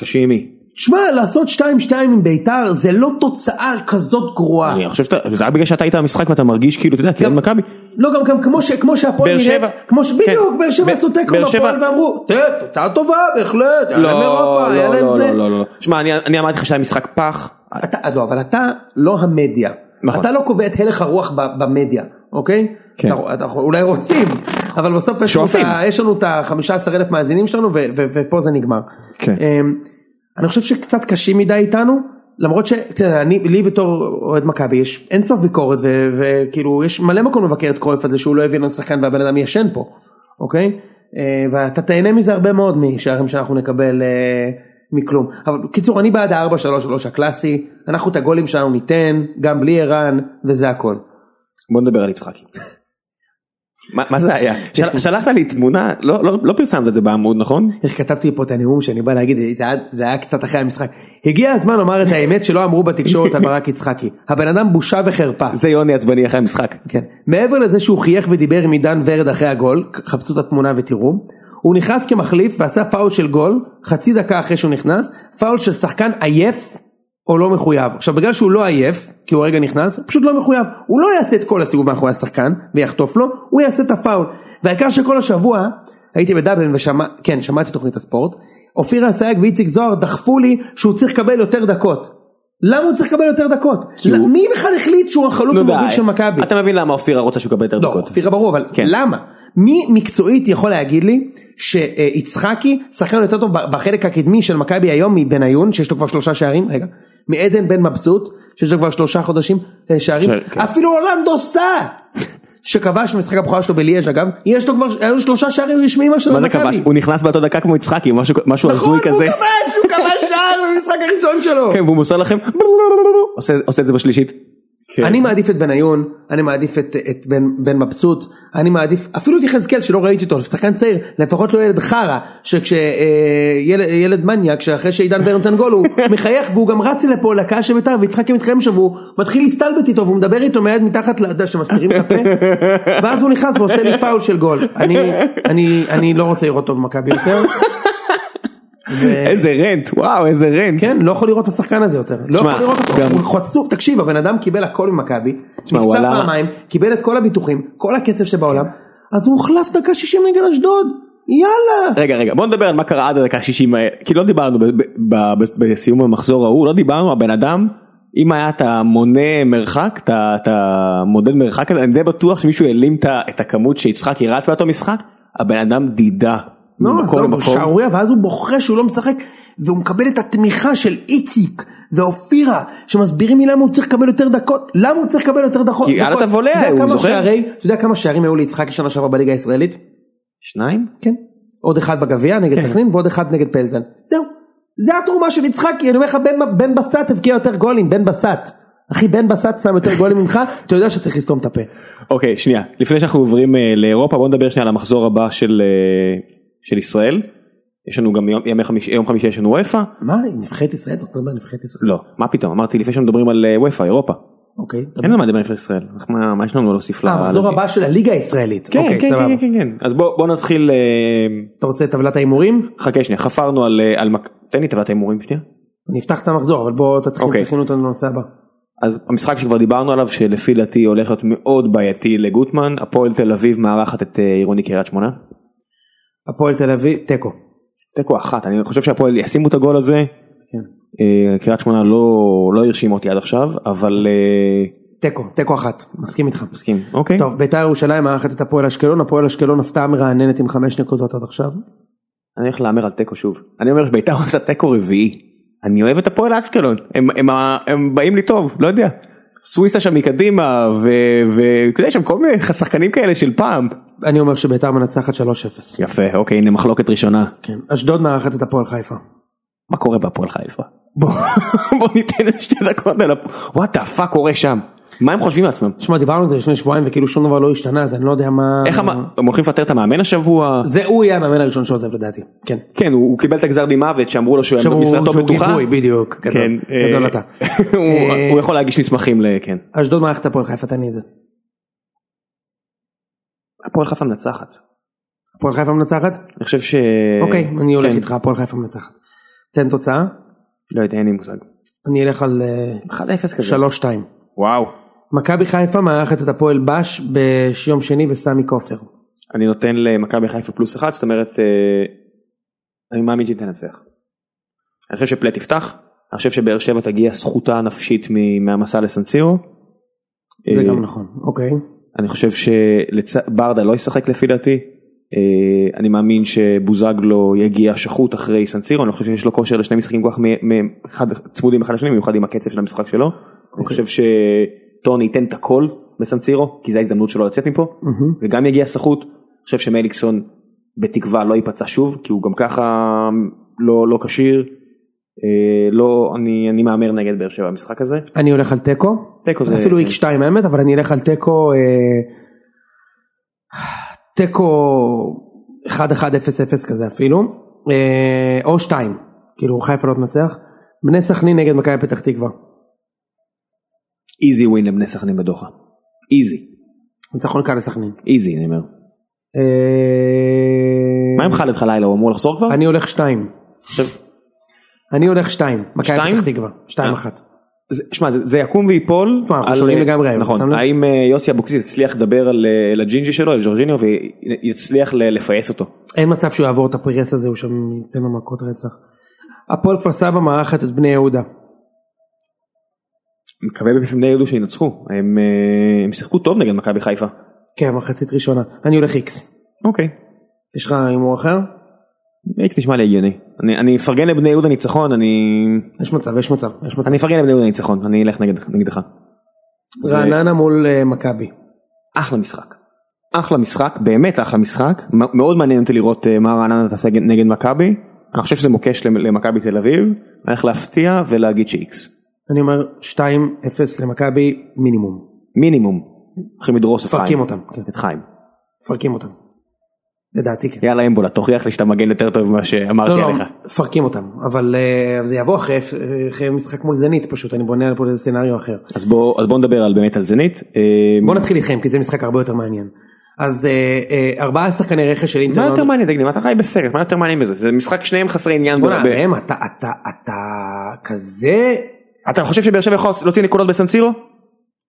Speaker 1: קשה עם מי?
Speaker 2: תשמע לעשות 2-2 עם ביתר זה לא תוצאה כזאת גרועה.
Speaker 1: אני חושב שאתה, זה היה בגלל שאתה היית במשחק ואתה מרגיש כאילו, אתה יודע, כאוהד מכבי,
Speaker 2: לא גם, גם כמו, ש, כמו שהפועל
Speaker 1: באר
Speaker 2: נראית,
Speaker 1: שבע.
Speaker 2: כמו ש...
Speaker 1: כן.
Speaker 2: בדיוק, באר שבע
Speaker 1: ב-
Speaker 2: עשו תיקו
Speaker 1: באר שבע-
Speaker 2: בפועל ואמרו, "תה, תוצאה טובה בהחלט, היה
Speaker 1: לא,
Speaker 2: להם אירופה, היה
Speaker 1: לא,
Speaker 2: להם
Speaker 1: לא,
Speaker 2: זה."
Speaker 1: לא, לא, לא. שמע, אני- אני אמרתי לך שהיה משחק פח.
Speaker 2: אתה, לא, אבל אתה לא המדיה.
Speaker 1: נכון.
Speaker 2: אתה לא קובע את הלך הרוח ב- במדיה, אוקיי?
Speaker 1: כן.
Speaker 2: אתה, אתה, אולי רוצים, אבל בסוף יש לנו את ה-
Speaker 1: שואפים.
Speaker 2: יש לנו את ה-15 אלף מאזינים שלנו, ו- ו- ופה זה נגמר.
Speaker 1: כן.
Speaker 2: אמ, אני חושב שקצת קשים מדי איתנו, למרות שלי בתור אוהד מכבי יש אין סוף ביקורת, ו- וכאילו יש מלא מקום לבקר את קרויף הזה שהוא לא הביא לנו שחקן והבן אדם ישן פה, אוקיי? אה, ואתה תהנה מזה הרבה מאוד משערים שאנחנו נקבל אה, מכלום. אבל בקיצור, אני בעד ה-4-3-3 הקלאסי, אנחנו את הגולים שלנו ניתן, גם בלי ערן, וזה הכל.
Speaker 1: בוא נדבר על יצחקי. מה- מה זה היה? של- שלחת לי תמונה, לא- לא לא פרסמת את זה בעמוד, נכון?
Speaker 2: איך כתבתי פה את הנאום שאני בא להגיד, זה היה, זה היה קצת אחרי המשחק. הגיע הזמן לומר את האמת שלא אמרו בתקשורת על ברק יצחקי. הבן אדם בושה וחרפה.
Speaker 1: זה יוני עצבני אחרי המשחק.
Speaker 2: כן. מעבר לזה שהוא חייך ודיבר עם עידן ורד אחרי הגול, חפשו את התמונה ותראו, הוא נכנס כמחליף ועשה פאול של גול, חצי דקה אחרי שהוא נכנס, פאול של שחקן עייף או לא מחויב. עכשיו בגלל שהוא לא עייף, כי הוא הרגע נכנס, הוא פשוט לא מחויב. הוא לא יעשה את כל הסיבוב מאחורי השחקן ויחטוף לו, הוא יעשה את הפאול. והעיקר שכל השבוע הייתי בדבלין ושמע, כן, שמעתי תוכנית הספורט, אופירה אסייג ואיציק זוהר דחפו לי שהוא צריך לקבל יותר דקות. למה הוא צריך לקבל יותר דקות?
Speaker 1: הוא- לא,
Speaker 2: מי בכלל החליט שהוא החלוץ המוביל של מכבי?
Speaker 1: אתה מבין למה אופירה רוצה שהוא יקבל יותר
Speaker 2: לא,
Speaker 1: דקות.
Speaker 2: אופירה ברור, אבל
Speaker 1: כן.
Speaker 2: למה? מי מקצועית יכול להגיד לי שיצחקי שחקן יותר טוב ב- בחלק הקדמי של מכבי היום מבניון שיש לו כבר שלושה שערים, רגע, מעדן בן מבסוט שיש לו כבר שלושה חודשים אה, שערים,
Speaker 1: שער, כן.
Speaker 2: אפילו אורלנדו סע שכבש במשחק הבכורה שלו בליאז' אגב, יש לו כבר היו לו שלושה שערים רשמיים משהו
Speaker 1: מה זה כבש?
Speaker 2: במכבי.
Speaker 1: הוא נכנס באותה דקה כמו יצחקי, משהו- משהו
Speaker 2: נכון,
Speaker 1: הזוי
Speaker 2: הוא
Speaker 1: כזה.
Speaker 2: כבש, הוא כבש שער במשחק הראשון שלו.
Speaker 1: כן, והוא מוסר לכם, עושה- עושה את זה בשלישית. כן.
Speaker 2: אני מעדיף את בניון, אני מעדיף את, את בן, בן מבסוט, אני מעדיף אפילו את יחזקאל שלא ראיתי אותו, שחקן צעיר, לפחות לא ילד חרא, שכשילד אה, ילד- ילד מניאק, שאחרי שעידן באר נותן גול הוא מחייך והוא גם רץ לפה לקהל של בית"ר ויצחקי מתחמם שם והוא מתחיל להסתלבט איתו והוא מדבר איתו מיד מתחת לעדה שמסתירים את הפה, ואז הוא נכנס ועושה לי פאול של גול, אני, אני, אני לא רוצה לראות אותו במכבי יותר,
Speaker 1: איזה רנט, וואו, איזה רנט.
Speaker 2: כן, לא יכול לראות את השחקן הזה יותר. לא
Speaker 1: שמע,
Speaker 2: יכול לראות אותו.
Speaker 1: גם-
Speaker 2: הוא חצוף, תקשיב, הבן אדם קיבל הכל ממכבי.
Speaker 1: שמע, הוא
Speaker 2: נפצע
Speaker 1: עלה-
Speaker 2: פעמיים, קיבל את כל הביטוחים, כל הכסף שבעולם, אז הוא הוחלף דקה 60 נגד אשדוד. יאללה.
Speaker 1: רגע רגע בוא נדבר על מה קרה עד הדקה 60 כי לא דיברנו ב- ב- ב- ב- בסיום המחזור ההוא לא דיברנו הבן אדם אם היה את המונה מרחק את ה- את המודד מרחק הזה אני די בטוח שמישהו העלים את ה- את הכמות שיצחקי רץ באותו משחק הבן אדם דידה.
Speaker 2: לא,
Speaker 1: ממקום
Speaker 2: עזוב, הוא
Speaker 1: למקום.
Speaker 2: שערוריה, ואז הוא בוכה שהוא לא משחק, והוא מקבל את התמיכה של איציק ואופירה, שמסבירים לי למה הוא צריך לקבל יותר דקות. למה הוא צריך לקבל יותר דקות?
Speaker 1: כי היה לו את
Speaker 2: דקות.
Speaker 1: הוולה,
Speaker 2: אתה יודע
Speaker 1: הוא
Speaker 2: כמה
Speaker 1: זוכר?
Speaker 2: שערי- אתה יודע כמה שערים היו ליצחקי שנה שעברה בליגה הישראלית?
Speaker 1: שניים?
Speaker 2: כן. עוד אחד בגביע נגד
Speaker 1: כן.
Speaker 2: סכנין ועוד אחד נגד פלזן. זהו. זה התרומה של יצחקי, אני אומר לך בן, בן בסט הבקיע יותר גולים, בן בסט. אחי בן בסט שם יותר גולים
Speaker 1: (laughs)
Speaker 2: ממך, אתה יודע שצריך לסתום את הפה.
Speaker 1: אוקיי שנייה לפני שאנחנו עוברים אה, לאירופה בוא נדבר שנייה על המחזור הבא של אה, של ישראל. יש לנו גם יום, ימי חמיש, יום חמישי יש לנו וופא?
Speaker 2: מה, עם נבחרת ישראל? אתה רוצה לדבר על נבחרת ישראל?
Speaker 1: לא. מה פתאום אמרתי לפני שמדברים על אה, וופא אירופה.
Speaker 2: אוקיי.
Speaker 1: אין לנו מה לדבר על נבחרת ישראל. אנחנו- מה מה יש לנו להוסיף ל...
Speaker 2: אה, המחזור
Speaker 1: ל-
Speaker 2: הבא של הליגה הישראלית.
Speaker 1: כן,
Speaker 2: אוקיי,
Speaker 1: כן,
Speaker 2: סבבה.
Speaker 1: כן, כן, כן, אז בוא, בוא נתחיל, אה,
Speaker 2: אתה רוצה את טבלת ההימורים?
Speaker 1: חכה שנייה, חפרנו על, אה, על מק... תן לי טבלת ההימורים שנייה.
Speaker 2: אני אפתח את המחזור, אבל בואו תתחיל,
Speaker 1: אוקיי.
Speaker 2: תכינו אותנו לנושא הבא.
Speaker 1: אז המשחק שכבר דיברנו עליו, שלפי דעתי הולך להיות מאוד בעייתי לגוטמן, הפועל תל אביב מארחת את אה, עירוני קריית שמונה.
Speaker 2: הפועל תל אביב, תיקו.
Speaker 1: תיקו אחת, אני חושב שהפועל ישימו את הגול הזה, אה, קריית שמונה לא, לא הרשימה אותי עד עכשיו, אבל אה,
Speaker 2: תיקו, תיקו אחת, מסכים איתך.
Speaker 1: מסכים, אוקיי.
Speaker 2: טוב, בית"ר ירושלים מארחת את הפועל אשקלון, הפועל אשקלון הפתעה מרעננת עם חמש נקודות עד עכשיו.
Speaker 1: אני הולך להמר על תיקו שוב. אני אומר שביתר עושה תיקו רביעי. אני אוהב את הפועל אשקלון, הם, הם, ה- הם באים לי טוב, לא יודע. סוויסה שם מקדימה, ואתה יודע, יש שם כל מיני שחקנים כאלה של פעם.
Speaker 2: אני אומר שביתר מנצחת 3-0.
Speaker 1: יפה, אוקיי, הנה מחלוקת ראשונה.
Speaker 2: כן. אשדוד מארחת את הפועל חיפה.
Speaker 1: מה קורה בהפועל חיפה? בוא, (laughs) בוא ניתן איזה שתי דקות על הפ... וואט דה פאק קורה שם. מה הם חושבים לעצמם?
Speaker 2: תשמע דיברנו על זה לפני שבועיים וכאילו שום דבר לא השתנה אז אני לא יודע מה.
Speaker 1: איך המ... הם הולכים לפטר את המאמן השבוע?
Speaker 2: זה הוא יהיה המאמן הראשון שעוזב לדעתי. כן.
Speaker 1: כן, הוא, הוא קיבל את הגזר דין מוות שאמרו לו
Speaker 2: עכשיו הוא-
Speaker 1: שמשרתו
Speaker 2: שהוא
Speaker 1: לא בטוחה.
Speaker 2: גיבוי, בדיוק.
Speaker 1: כן,
Speaker 2: גדול.
Speaker 1: אה,
Speaker 2: גדול אתה.
Speaker 1: (laughs) הוא,
Speaker 2: אה,
Speaker 1: הוא יכול להגיש מסמכים ל... כן.
Speaker 2: אשדוד מערכת הפועל חיפה תן לי את זה.
Speaker 1: הפועל חיפה מנצחת.
Speaker 2: הפועל חיפה מנצחת?
Speaker 1: אני חושב ש...
Speaker 2: אוקיי אני הולך
Speaker 1: אה- כן.
Speaker 2: איתך הפועל חיפה מנצחת. תן תוצאה
Speaker 1: לא יודע, אין לי מושג.
Speaker 2: אני אלך על אה,
Speaker 1: 1-0 כזה.
Speaker 2: 3-2.
Speaker 1: וואו.
Speaker 2: מכבי חיפה מארחת את הפועל בש ביום שני בסמי כופר.
Speaker 1: אני נותן למכבי חיפה פלוס אחת, זאת אומרת, אה, אני מאמין שהיא תנצח. אני חושב שפלט תפתח, אני חושב שבאר שבע תגיע זכותה הנפשית מ- מהמסע לסנסירו.
Speaker 2: זה
Speaker 1: אה,
Speaker 2: גם נכון אוקיי.
Speaker 1: אני חושב שברדה לא ישחק לפי דעתי. אה, אני מאמין שבוזגלו יגיע שחוט אחרי סנסירו, אני לא חושב שיש לו כושר לשני משחקים כל כך מ- מ- אחד- צמודים אחד לשני, במיוחד עם הקצב של המשחק שלו. אני חושב שטוני ייתן את הכל בסנסירו, כי זו ההזדמנות שלו לצאת מפה.
Speaker 2: מהמם.
Speaker 1: וגם יגיע סחוט. אני חושב שמליקסון בתקווה לא ייפצע שוב כי הוא גם ככה לא לא כשיר. אה, לא אני אני מהמר נגד באר שבע במשחק הזה.
Speaker 2: אני הולך על תיקו.
Speaker 1: תיקו זה כן.
Speaker 2: זה אפילו איקס 2 האמת אבל אני אלך על תיקו אה, תיקו 1-1-0-0 כזה אפילו אה, או 2 כאילו חיפה לא תנצח בני סכנין נגד מכבי פתח תקווה
Speaker 1: איזי ווין לבני סכנין בדוחה. איזי.
Speaker 2: ניצחון קל לסכנין.
Speaker 1: איזי אני אומר.
Speaker 2: אה,
Speaker 1: מה עם חאלד חלילה הוא אמור לחזור כבר?
Speaker 2: אני הולך 2
Speaker 1: עכשיו,
Speaker 2: אני הולך 2 מכבי
Speaker 1: שתיים? אה.
Speaker 2: פתח תקווה 2 אחת.
Speaker 1: זה- שמע זה זה יקום וייפול.
Speaker 2: תשמע, אנחנו
Speaker 1: על-
Speaker 2: שונים לגמרי היום,
Speaker 1: נכון.
Speaker 2: שם לב?
Speaker 1: האם אה, יוסי אבוקסיס יצליח לדבר על אה, לג'ינג'י שלו על ז'ורג'יניו ויצליח ל- לפייס אותו.
Speaker 2: אין מצב שהוא יעבור את הפרס הזה הוא שם ייתן לו מכות רצח. הפועל כפר סבא מארחת את בני יהודה.
Speaker 1: מקווה בפני יהודו שינצחו. הם אה, הם שיחקו טוב נגד מכבי חיפה.
Speaker 2: כן מחצית ראשונה אני הולך איקס.
Speaker 1: אוקיי.
Speaker 2: יש לך הימור אחר?
Speaker 1: איקס נשמע לי הגיוני. אני, אני אפרגן לבני יהודה ניצחון, אני,
Speaker 2: יש מצב, יש מצב, יש מצב.
Speaker 1: אני אפרגן לבני יהודה ניצחון, אני אלך נגד, נגדך.
Speaker 2: רעננה מול אה, מכבי.
Speaker 1: אחלה משחק. אחלה משחק, באמת אחלה משחק. מ- מאוד מעניין אותי לראות אה, מה רעננה תעשה נגד- נגד מכבי. אני חושב שזה מוקש למ- למכבי תל אביב. אני הולך להפתיע ולהגיד שאיקס.
Speaker 2: אני אומר 2-0 למכבי מינימום.
Speaker 1: מינימום. הולכים לדרוס את חיים.
Speaker 2: מפרקים אותם, כן.
Speaker 1: את חיים.
Speaker 2: מפרקים אותם. לדעתי כן.
Speaker 1: יאללה אמבולה, תוכיח לי שאתה מגן יותר טוב ממה שאמרתי
Speaker 2: לא, לא,
Speaker 1: עליך.
Speaker 2: מפרקים אותם. אבל אה, זה יבוא אחרי אחרי משחק מול זנית פשוט, אני בונה פה איזה סצנריו אחר.
Speaker 1: אז בוא, אז בוא נדבר על באמת על זנית. אה,
Speaker 2: בוא נתחיל איתכם, כי זה משחק הרבה יותר מעניין. אז אה, אה, ארבעה שחקני רכש של אינטר.
Speaker 1: מה יותר
Speaker 2: לא-
Speaker 1: מעניין, תגיד לי, מה אתה חי בסרט, מה יותר מעניין בזה? זה משחק שניהם חסרי עניין.
Speaker 2: בוא'נה,
Speaker 1: ב-
Speaker 2: ראם, אתה, אתה, אתה כזה...
Speaker 1: אתה חושב שבאר שבע יכול להוציא נקודות בסנסירו?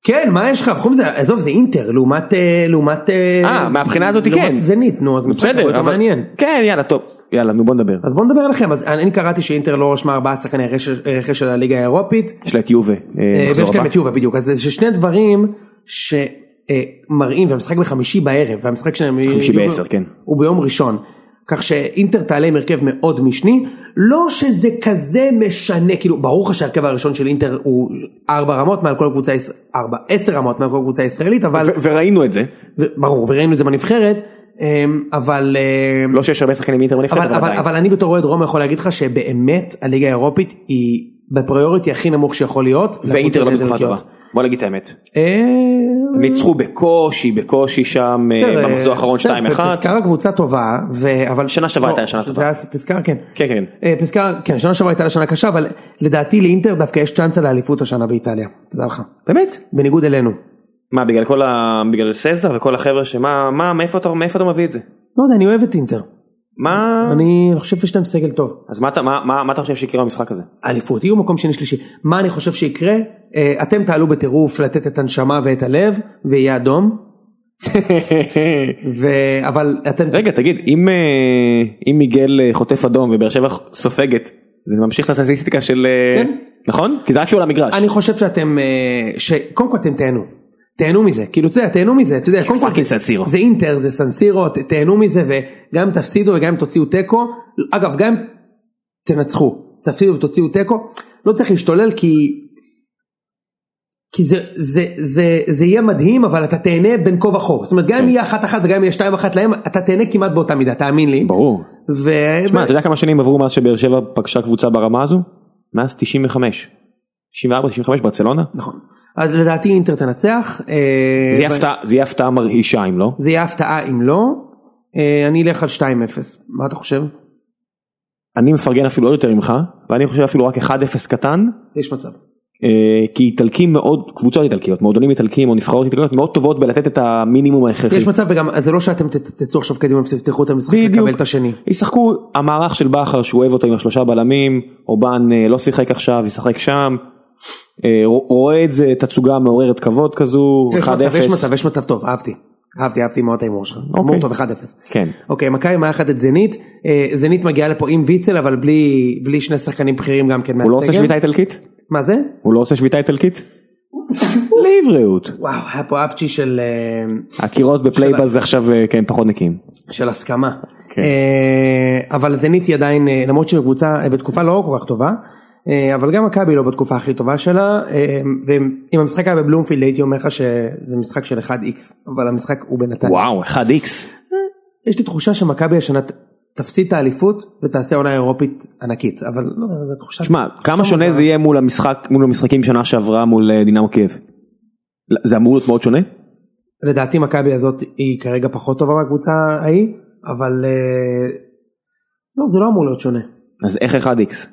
Speaker 2: כן, מה יש לך? חוץ מזה, עזוב, זה אינטר, לעומת... אה, לעומת...
Speaker 1: אה, מהבחינה הזאת כן.
Speaker 2: לעומת זנית, נו, אז משחק הרבה יותר
Speaker 1: בסדר, אבל...
Speaker 2: מעניין.
Speaker 1: כן, יאללה, טוב. יאללה, נו בוא נדבר.
Speaker 2: אז בואו נדבר עליכם אז אני אני קראתי שאינטר לא רשמה ארבעה שחקני רכש- רכש של הליגה האירופית
Speaker 1: יש לה את יובה. אה,
Speaker 2: אה,
Speaker 1: מחזור
Speaker 2: ויש להם
Speaker 1: הבא.
Speaker 2: את יובה בדיוק אז זה שני דברים שמראים והמשחק בחמישי בערב והמשחק שלהם
Speaker 1: חמישי
Speaker 2: יובה-
Speaker 1: בעשר, כן.
Speaker 2: הוא ביום ראשון כך שאינטר תעלה עם הרכב מאוד משני לא שזה כזה משנה כאילו ברור לך שההרכב הראשון של אינטר הוא ארבע רמות מעל כל הקבוצה היש- ארבע עשר רמות מעל כל הקבוצה הישראלית אבל
Speaker 1: ו- וראינו את זה.
Speaker 2: ו- ברור וראינו את זה בנבחרת אה, אבל אה,
Speaker 1: לא שיש הרבה שחקנים מאינטר בנפרד,
Speaker 2: אבל, אבל, אבל אני בתור אוהד רומא יכול להגיד לך שבאמת הליגה האירופית היא בפריוריטי הכי נמוך שיכול להיות.
Speaker 1: ואינטר לא
Speaker 2: לקבוצות
Speaker 1: בתקופה טובה.
Speaker 2: האיטלקיות.
Speaker 1: בוא נגיד את האמת.
Speaker 2: אה,
Speaker 1: הם ניצחו בקושי, בקושי שם, אה,
Speaker 2: בסדר,
Speaker 1: במחזור האחרון
Speaker 2: בסדר,
Speaker 1: 2-1.
Speaker 2: פסקרה קבוצה טובה, ו- אבל...
Speaker 1: שנה שעברה
Speaker 2: לא,
Speaker 1: הייתה שנה
Speaker 2: זה
Speaker 1: טובה.
Speaker 2: היה פסקרה, כן.
Speaker 1: כן, כן.
Speaker 2: אה, פסקרה, כן, שנה שעברה הייתה לה שנה קשה, אבל לדעתי לאינטר דווקא יש צ'אנס על האליפות השנה באיטליה. תדע לך.
Speaker 1: באמת?
Speaker 2: בניגוד אלינו.
Speaker 1: מה, בגלל כל ה... בגלל סזר וכל החבר'ה שמה, מה, מאיפה אתה מאיפה אתה מביא את זה?
Speaker 2: לא יודע, אני אוהב את אינטר.
Speaker 1: מה?
Speaker 2: אני חושב שיש להם סגל טוב.
Speaker 1: אז מה אתה- מה- מה מה אתה חושב שיקרה במשחק הזה?
Speaker 2: אליפות, יהיו מקום שני שלישי. מה אני חושב שיקרה? אה, אתם תעלו בטירוף לתת את הנשמה ואת הלב, ויהיה אדום. ו... אבל אתם...
Speaker 1: רגע תגיד אם אה, אם מיגל אה, חוטף אדום ובאר שבע סופגת זה ממשיך את הסטטיסטיקה של אה,
Speaker 2: כן.
Speaker 1: נכון כי זה רק שהוא על המגרש.
Speaker 2: אני חושב שאתם... אה, ש... קודם כל אתם תהנו. תהנו מזה. כאילו, אתה יודע, תהנו מזה. אתה יודע, קודם כל...
Speaker 1: פאקינג
Speaker 2: זה-
Speaker 1: סנסירו.
Speaker 2: זה אינטר, זה סנסירו, ת- תהנו מזה, וגם אם תפסידו וגם אם תוציאו תיקו. אגב, גם אם תנצחו. תפסידו ותוציאו תיקו. לא צריך להשתולל כי... כי זה, זה, זה, זה יהיה מדהים אבל אתה תהנה בין כה וכה זאת אומרת גם
Speaker 1: כן.
Speaker 2: אם יהיה אחת אחת וגם אם יהיה שתיים אחת להם אתה תהנה כמעט באותה מידה תאמין לי.
Speaker 1: ברור.
Speaker 2: ו...
Speaker 1: שמע אתה יודע כמה שנים עברו מאז שבאר שבע פגשה קבוצה ברמה הזו? מאז 95. 94 95 ברצלונה
Speaker 2: נכון. אז לדעתי אינטר תנצח. אה,
Speaker 1: זה יהיה
Speaker 2: אבל-
Speaker 1: הפתעה- זה יהיה הפתעה מרעישה אם לא
Speaker 2: זה יהיה הפתעה אם לא. אה, אני אלך על 2-0. מה אתה חושב?
Speaker 1: אני מפרגן אפילו עוד יותר ממך ואני חושב אפילו רק 1-0 קטן
Speaker 2: יש מצב.
Speaker 1: אה, כי איטלקים מאוד קבוצות איטלקיות מועדונים איטלקים או נבחרות איטלקיות מאוד טובות בלתת את המינימום ההכרחי.
Speaker 2: יש מצב וגם אז זה לא שאתם ת- תצאו עכשיו קדימה ותפתחו את המשחק
Speaker 1: בדיוק.
Speaker 2: לקבל את השני.
Speaker 1: ישחקו המערך של בכר שהוא אוהב אותו עם השלושה בלמים, אובן אה, לא שיחק עכשיו, ישחק שם. אה, רוא- רואה את זה תצוגה מעוררת כבוד כזו, 1-0.
Speaker 2: יש מצב, יש מצב, יש מצב טוב, אהבתי. אהבתי, אהבתי מאוד את ההימור שלך.
Speaker 1: אוקיי.
Speaker 2: הימור טוב, 1-0.
Speaker 1: כן.
Speaker 2: אוקיי, מכבי מארחת את זנית. אה, זנית מגיעה לפה עם ויצל, אבל בלי בלי שני שחקנים בכירים גם כן מהסגל.
Speaker 1: הוא לא עושה שביתה איטלקית?
Speaker 2: מה זה?
Speaker 1: הוא לא עושה שביתה איטלקית? לעבריות.
Speaker 2: וואו, היה פה אפצ'י של... אה,
Speaker 1: הקירות בפלייבאז עכשיו אה, כן פחות נקיים.
Speaker 2: של הסכמה.
Speaker 1: כן.
Speaker 2: אה, אבל זנית היא עדיין, אה, למרות שהיא קבוצה אה, בתקופה לא כל כך טובה, אה, אבל גם מכבי לא בתקופה הכי טובה שלה, אה, ואם המשחק היה בבלומפילד הייתי אומר לך שזה משחק של 1x, אבל המשחק הוא בנתניה.
Speaker 1: וואו 1x.
Speaker 2: יש לי תחושה שמכבי השנה ת- תפסיד את האליפות ותעשה עונה אירופית ענקית, אבל לא, זו תחושה...
Speaker 1: שמע כמה שונה זה יהיה מול המשחק מול המשחקים שנה שעברה מול אה, דינמו קייב. לא, זה אמור להיות מאוד שונה?
Speaker 2: לדעתי מכבי הזאת היא כרגע פחות טובה מהקבוצה ההיא, אבל אה, לא, זה לא אמור להיות שונה.
Speaker 1: אז איך 1x?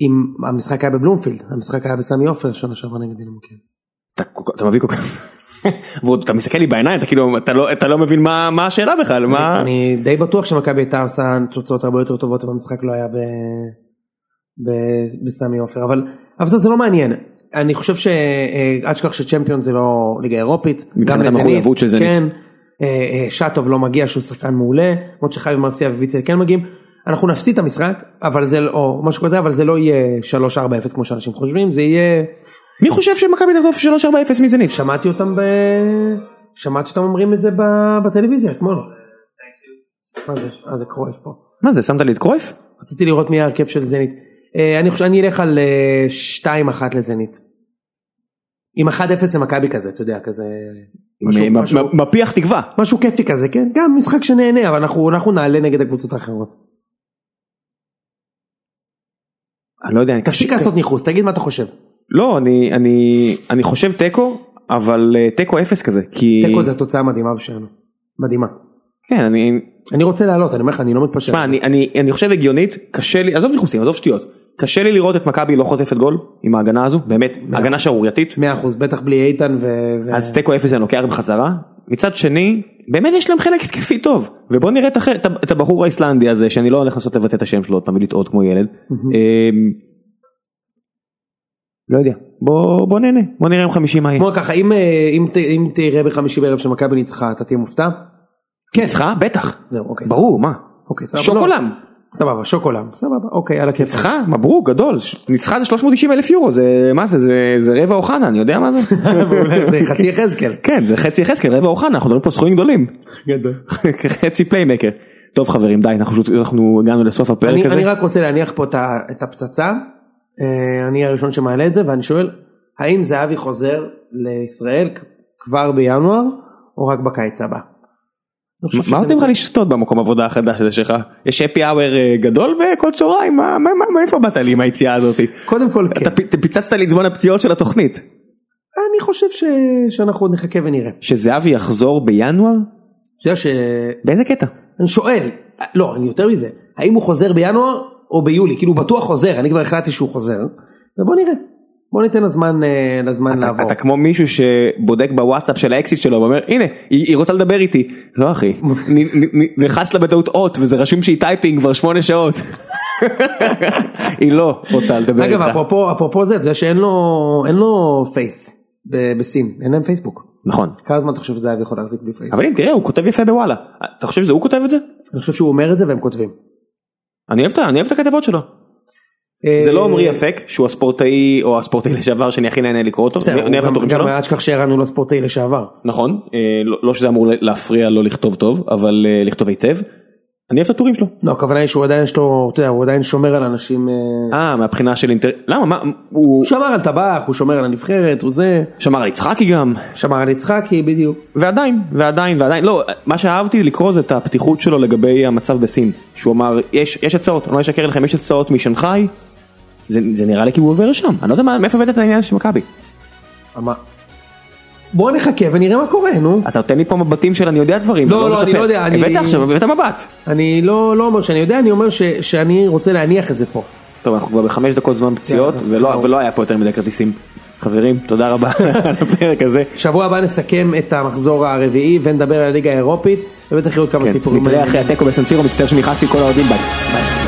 Speaker 2: אם המשחק היה בבלומפילד, המשחק היה בסמי עופר שנה שעברה נגד דינמו כן. קייב.
Speaker 1: אתה, כל כך- אתה מביא כל כך... (laughs) ועוד אתה מסתכל לי בעיניים אתה כאילו אתה לא אתה לא מבין מה מה השאלה בכלל מה
Speaker 2: אני די בטוח שמכבי הייתה עושה תוצאות הרבה יותר טובות אם המשחק לא היה ב... ב... בסמי עופר אבל אבל זה, זה לא מעניין אני חושב אה, שעד שכח שצ'מפיון זה לא ליגה אירופית
Speaker 1: מבחינת המחויבות של זנית.
Speaker 2: כן אה, אה, שטוב לא מגיע שהוא שחקן מעולה למרות שחייב מרסיה וויצל כן מגיעים אנחנו נפסיד את המשחק אבל זה לא או משהו כזה אבל זה לא יהיה 3-4-0 כמו שאנשים חושבים זה יהיה
Speaker 1: מי חושב שמכבי תחטוף 3-4-0 מזנית
Speaker 2: שמעתי אותם ב... שמעתי אותם אומרים את זה ב... בטלוויזיה אתמול. מה זה? אה זה קרויף פה.
Speaker 1: מה זה שמת לי את קרויף?
Speaker 2: רציתי לראות מי ההרכב של זנית. אה, אני חושב, אני אלך על אה, 2-1 לזנית. עם 1-0 למכבי כזה, אתה יודע, כזה... משהו-
Speaker 1: מ-
Speaker 2: משהו-
Speaker 1: מ- מפיח תקווה
Speaker 2: משהו כיפי כזה, כן? גם משחק שנהנה, אבל אנחנו אנחנו נעלה נגד הקבוצות האחרות.
Speaker 1: אני לא יודע אני
Speaker 2: תפסיק לעשות ניחוס, תגיד מה אתה חושב.
Speaker 1: לא אני אני אני חושב תיקו אבל אה, תיקו אפס כזה כי
Speaker 2: תיקו זה התוצאה המדהימה שלנו. מדהימה.
Speaker 1: כן אני
Speaker 2: אני רוצה לעלות, אני אומר לך, אני לא מתפשר.
Speaker 1: שמע, אני אני אני חושב הגיונית קשה לי עזוב ניחוסים עזוב שטויות קשה לי לראות את מכבי לא חוטפת גול עם ההגנה הזו באמת הגנה שערורייתית
Speaker 2: 100% בטח בלי איתן ו... ו-
Speaker 1: אז תיקו אפס אני לוקח בחזרה מצד שני באמת יש להם חלק התקפי טוב ובוא נראה את, החלק, את הבחור האיסלנדי הזה שאני לא הולך לנסות לבטא את השם שלו עוד פעם ולטעות כמו ילד. אמ, לא יודע בוא בוא נהנה בוא נראה עם חמישי מה יהיה.
Speaker 2: בוא ככה אם אה, אם ת- אם תראה בחמישי בערב שמכבי ניצחה אתה תהיה מופתע?
Speaker 1: כן צריכה בטח
Speaker 2: זהו אוקיי.
Speaker 1: ברור מה
Speaker 2: אוקיי, סבבה. לא,
Speaker 1: שוקולם
Speaker 2: סבבה שוקולם סבבה אוקיי על הכיף.
Speaker 1: ניצחה מברוק גדול ש- ניצחה זה 390 אלף יורו זה מה זה זה זה רבע אוחנה אני יודע מה זה.
Speaker 2: (laughs) מעולה, זה (laughs) חצי יחזקאל.
Speaker 1: כן זה חצי יחזקאל רבע אוחנה אנחנו מדברים פה סכומים גדולים (laughs) חצי פליימקר. טוב חברים די אנחנו פשוט- אנחנו הגענו לסוף הפרק
Speaker 2: אני
Speaker 1: הזה.
Speaker 2: אני רק רוצה להניח פה את ה- את הפצצה. אה, אני הראשון שמעלה את זה ואני שואל האם זהבי חוזר לישראל כ- כבר בינואר או רק בקיץ הבא. אני חושב
Speaker 1: מה-
Speaker 2: שזה-
Speaker 1: מה נותנים לך לשתות במקום עבודה החדש הזה שלך? יש אפי אאואר אה, גדול בכל צהריים? מה- מה- מה- מאיפה באת לי עם היציאה הזאת?
Speaker 2: קודם כל כן.
Speaker 1: אתה פ- אתה פיצצת לי את זמן הפציעות של התוכנית.
Speaker 2: אני חושב ש- שאנחנו עוד נחכה ונראה.
Speaker 1: שזהבי יחזור בינואר?
Speaker 2: אתה יודע ש-
Speaker 1: באיזה קטע?
Speaker 2: אני שואל, לא, אני יותר מזה, האם הוא חוזר בינואר או ביולי? כאילו, הוא בטוח חוזר, אני כבר החלטתי שהוא חוזר, ובוא נראה. בוא ניתן לזמן, אה, לזמן
Speaker 1: אתה-
Speaker 2: לעבור.
Speaker 1: אתה כמו מישהו שבודק בוואטסאפ של האקסיט שלו ואומר הנה היא היא רוצה לדבר איתי. לא
Speaker 2: (laughs)
Speaker 1: אחי, נ- נ- נ- נכנס לה בטעות אות וזה רשום שהיא טייפינג כבר שמונה
Speaker 2: (laughs)
Speaker 1: שעות. היא לא רוצה לדבר
Speaker 2: אגב,
Speaker 1: איתך.
Speaker 2: אפרופו, אפרופו זה, אתה יודע שאין לו, אין לו פייס ב- בסין, אין להם פייסבוק.
Speaker 1: נכון.
Speaker 2: כמה זמן אתה חושב שזה יכול להחזיק בלי פייס?
Speaker 1: אבל הנה תראה הוא כותב יפה בוואלה. אתה חושב שזה הוא כותב את זה?
Speaker 2: אני חושב שהוא אומר את זה והם כותבים.
Speaker 1: אני אוהב את ה- אני אוהב את הכתבות שלו. זה
Speaker 2: אה,
Speaker 1: לא עמרי אפק שהוא הספורטאי או הספורטאי לשעבר שאני הכי נהנה לקרוא אותו,
Speaker 2: בסדר,
Speaker 1: אני אני אוהב את
Speaker 2: גם-
Speaker 1: הטורים
Speaker 2: גם
Speaker 1: שלו,
Speaker 2: אל תשכח שהרענו לו ספורטאי לשעבר.
Speaker 1: נכון, אה, לא- לא שזה אמור להפריע לא לכתוב טוב אבל אה, לכתוב היטב, אני אוהב את הטורים שלו,
Speaker 2: לא, הכוונה היא שהוא עדיין יש לו, אתה יודע, הוא עדיין שומר על אנשים, אה,
Speaker 1: אה מהבחינה של אינטר, למה מה, הוא
Speaker 2: הוא שמר על טבח, הוא שומר על הנבחרת, הוא זה,
Speaker 1: שמר על יצחקי גם,
Speaker 2: שמר על יצחקי, בדיוק.
Speaker 1: ועדיין ועדיין ועדיין, לא, מה שאהבתי לקרוא זה את הפתיחות שלו לגבי המצב בסין, שהוא אמר יש יש הצעות, אני לא אשקר לכם, יש הצעות משנגחאי, זה, זה נראה לי כי הוא עובר לשם, אני לא יודע מה- מאיפה הבאת את העניין של מכבי.
Speaker 2: אמר- בוא נחכה ונראה מה קורה, נו.
Speaker 1: אתה נותן לי פה מבטים של אני יודע דברים.
Speaker 2: לא,
Speaker 1: אתה
Speaker 2: לא, אני
Speaker 1: מספר.
Speaker 2: לא יודע, אני-
Speaker 1: הבאת עכשיו, הבאת מבט.
Speaker 2: אני לא לא אומר שאני יודע, אני אומר ש- שאני רוצה להניח את זה פה.
Speaker 1: טוב, אנחנו כבר בחמש דקות זמן פציעות,
Speaker 2: יאללה,
Speaker 1: ולא,
Speaker 2: חבל.
Speaker 1: ולא היה פה יותר מדי כרטיסים. חברים, תודה רבה (laughs) על הפרק הזה.
Speaker 2: שבוע הבא נסכם את המחזור הרביעי ונדבר על הליגה האירופית, ובטח יהיו עוד כמה
Speaker 1: כן,
Speaker 2: סיפורים.
Speaker 1: נתראה
Speaker 2: מעניינים.
Speaker 1: אחרי התיקו בסנסירו, מצטער שנכנסתי כל האוהדים ביי.
Speaker 2: ביי.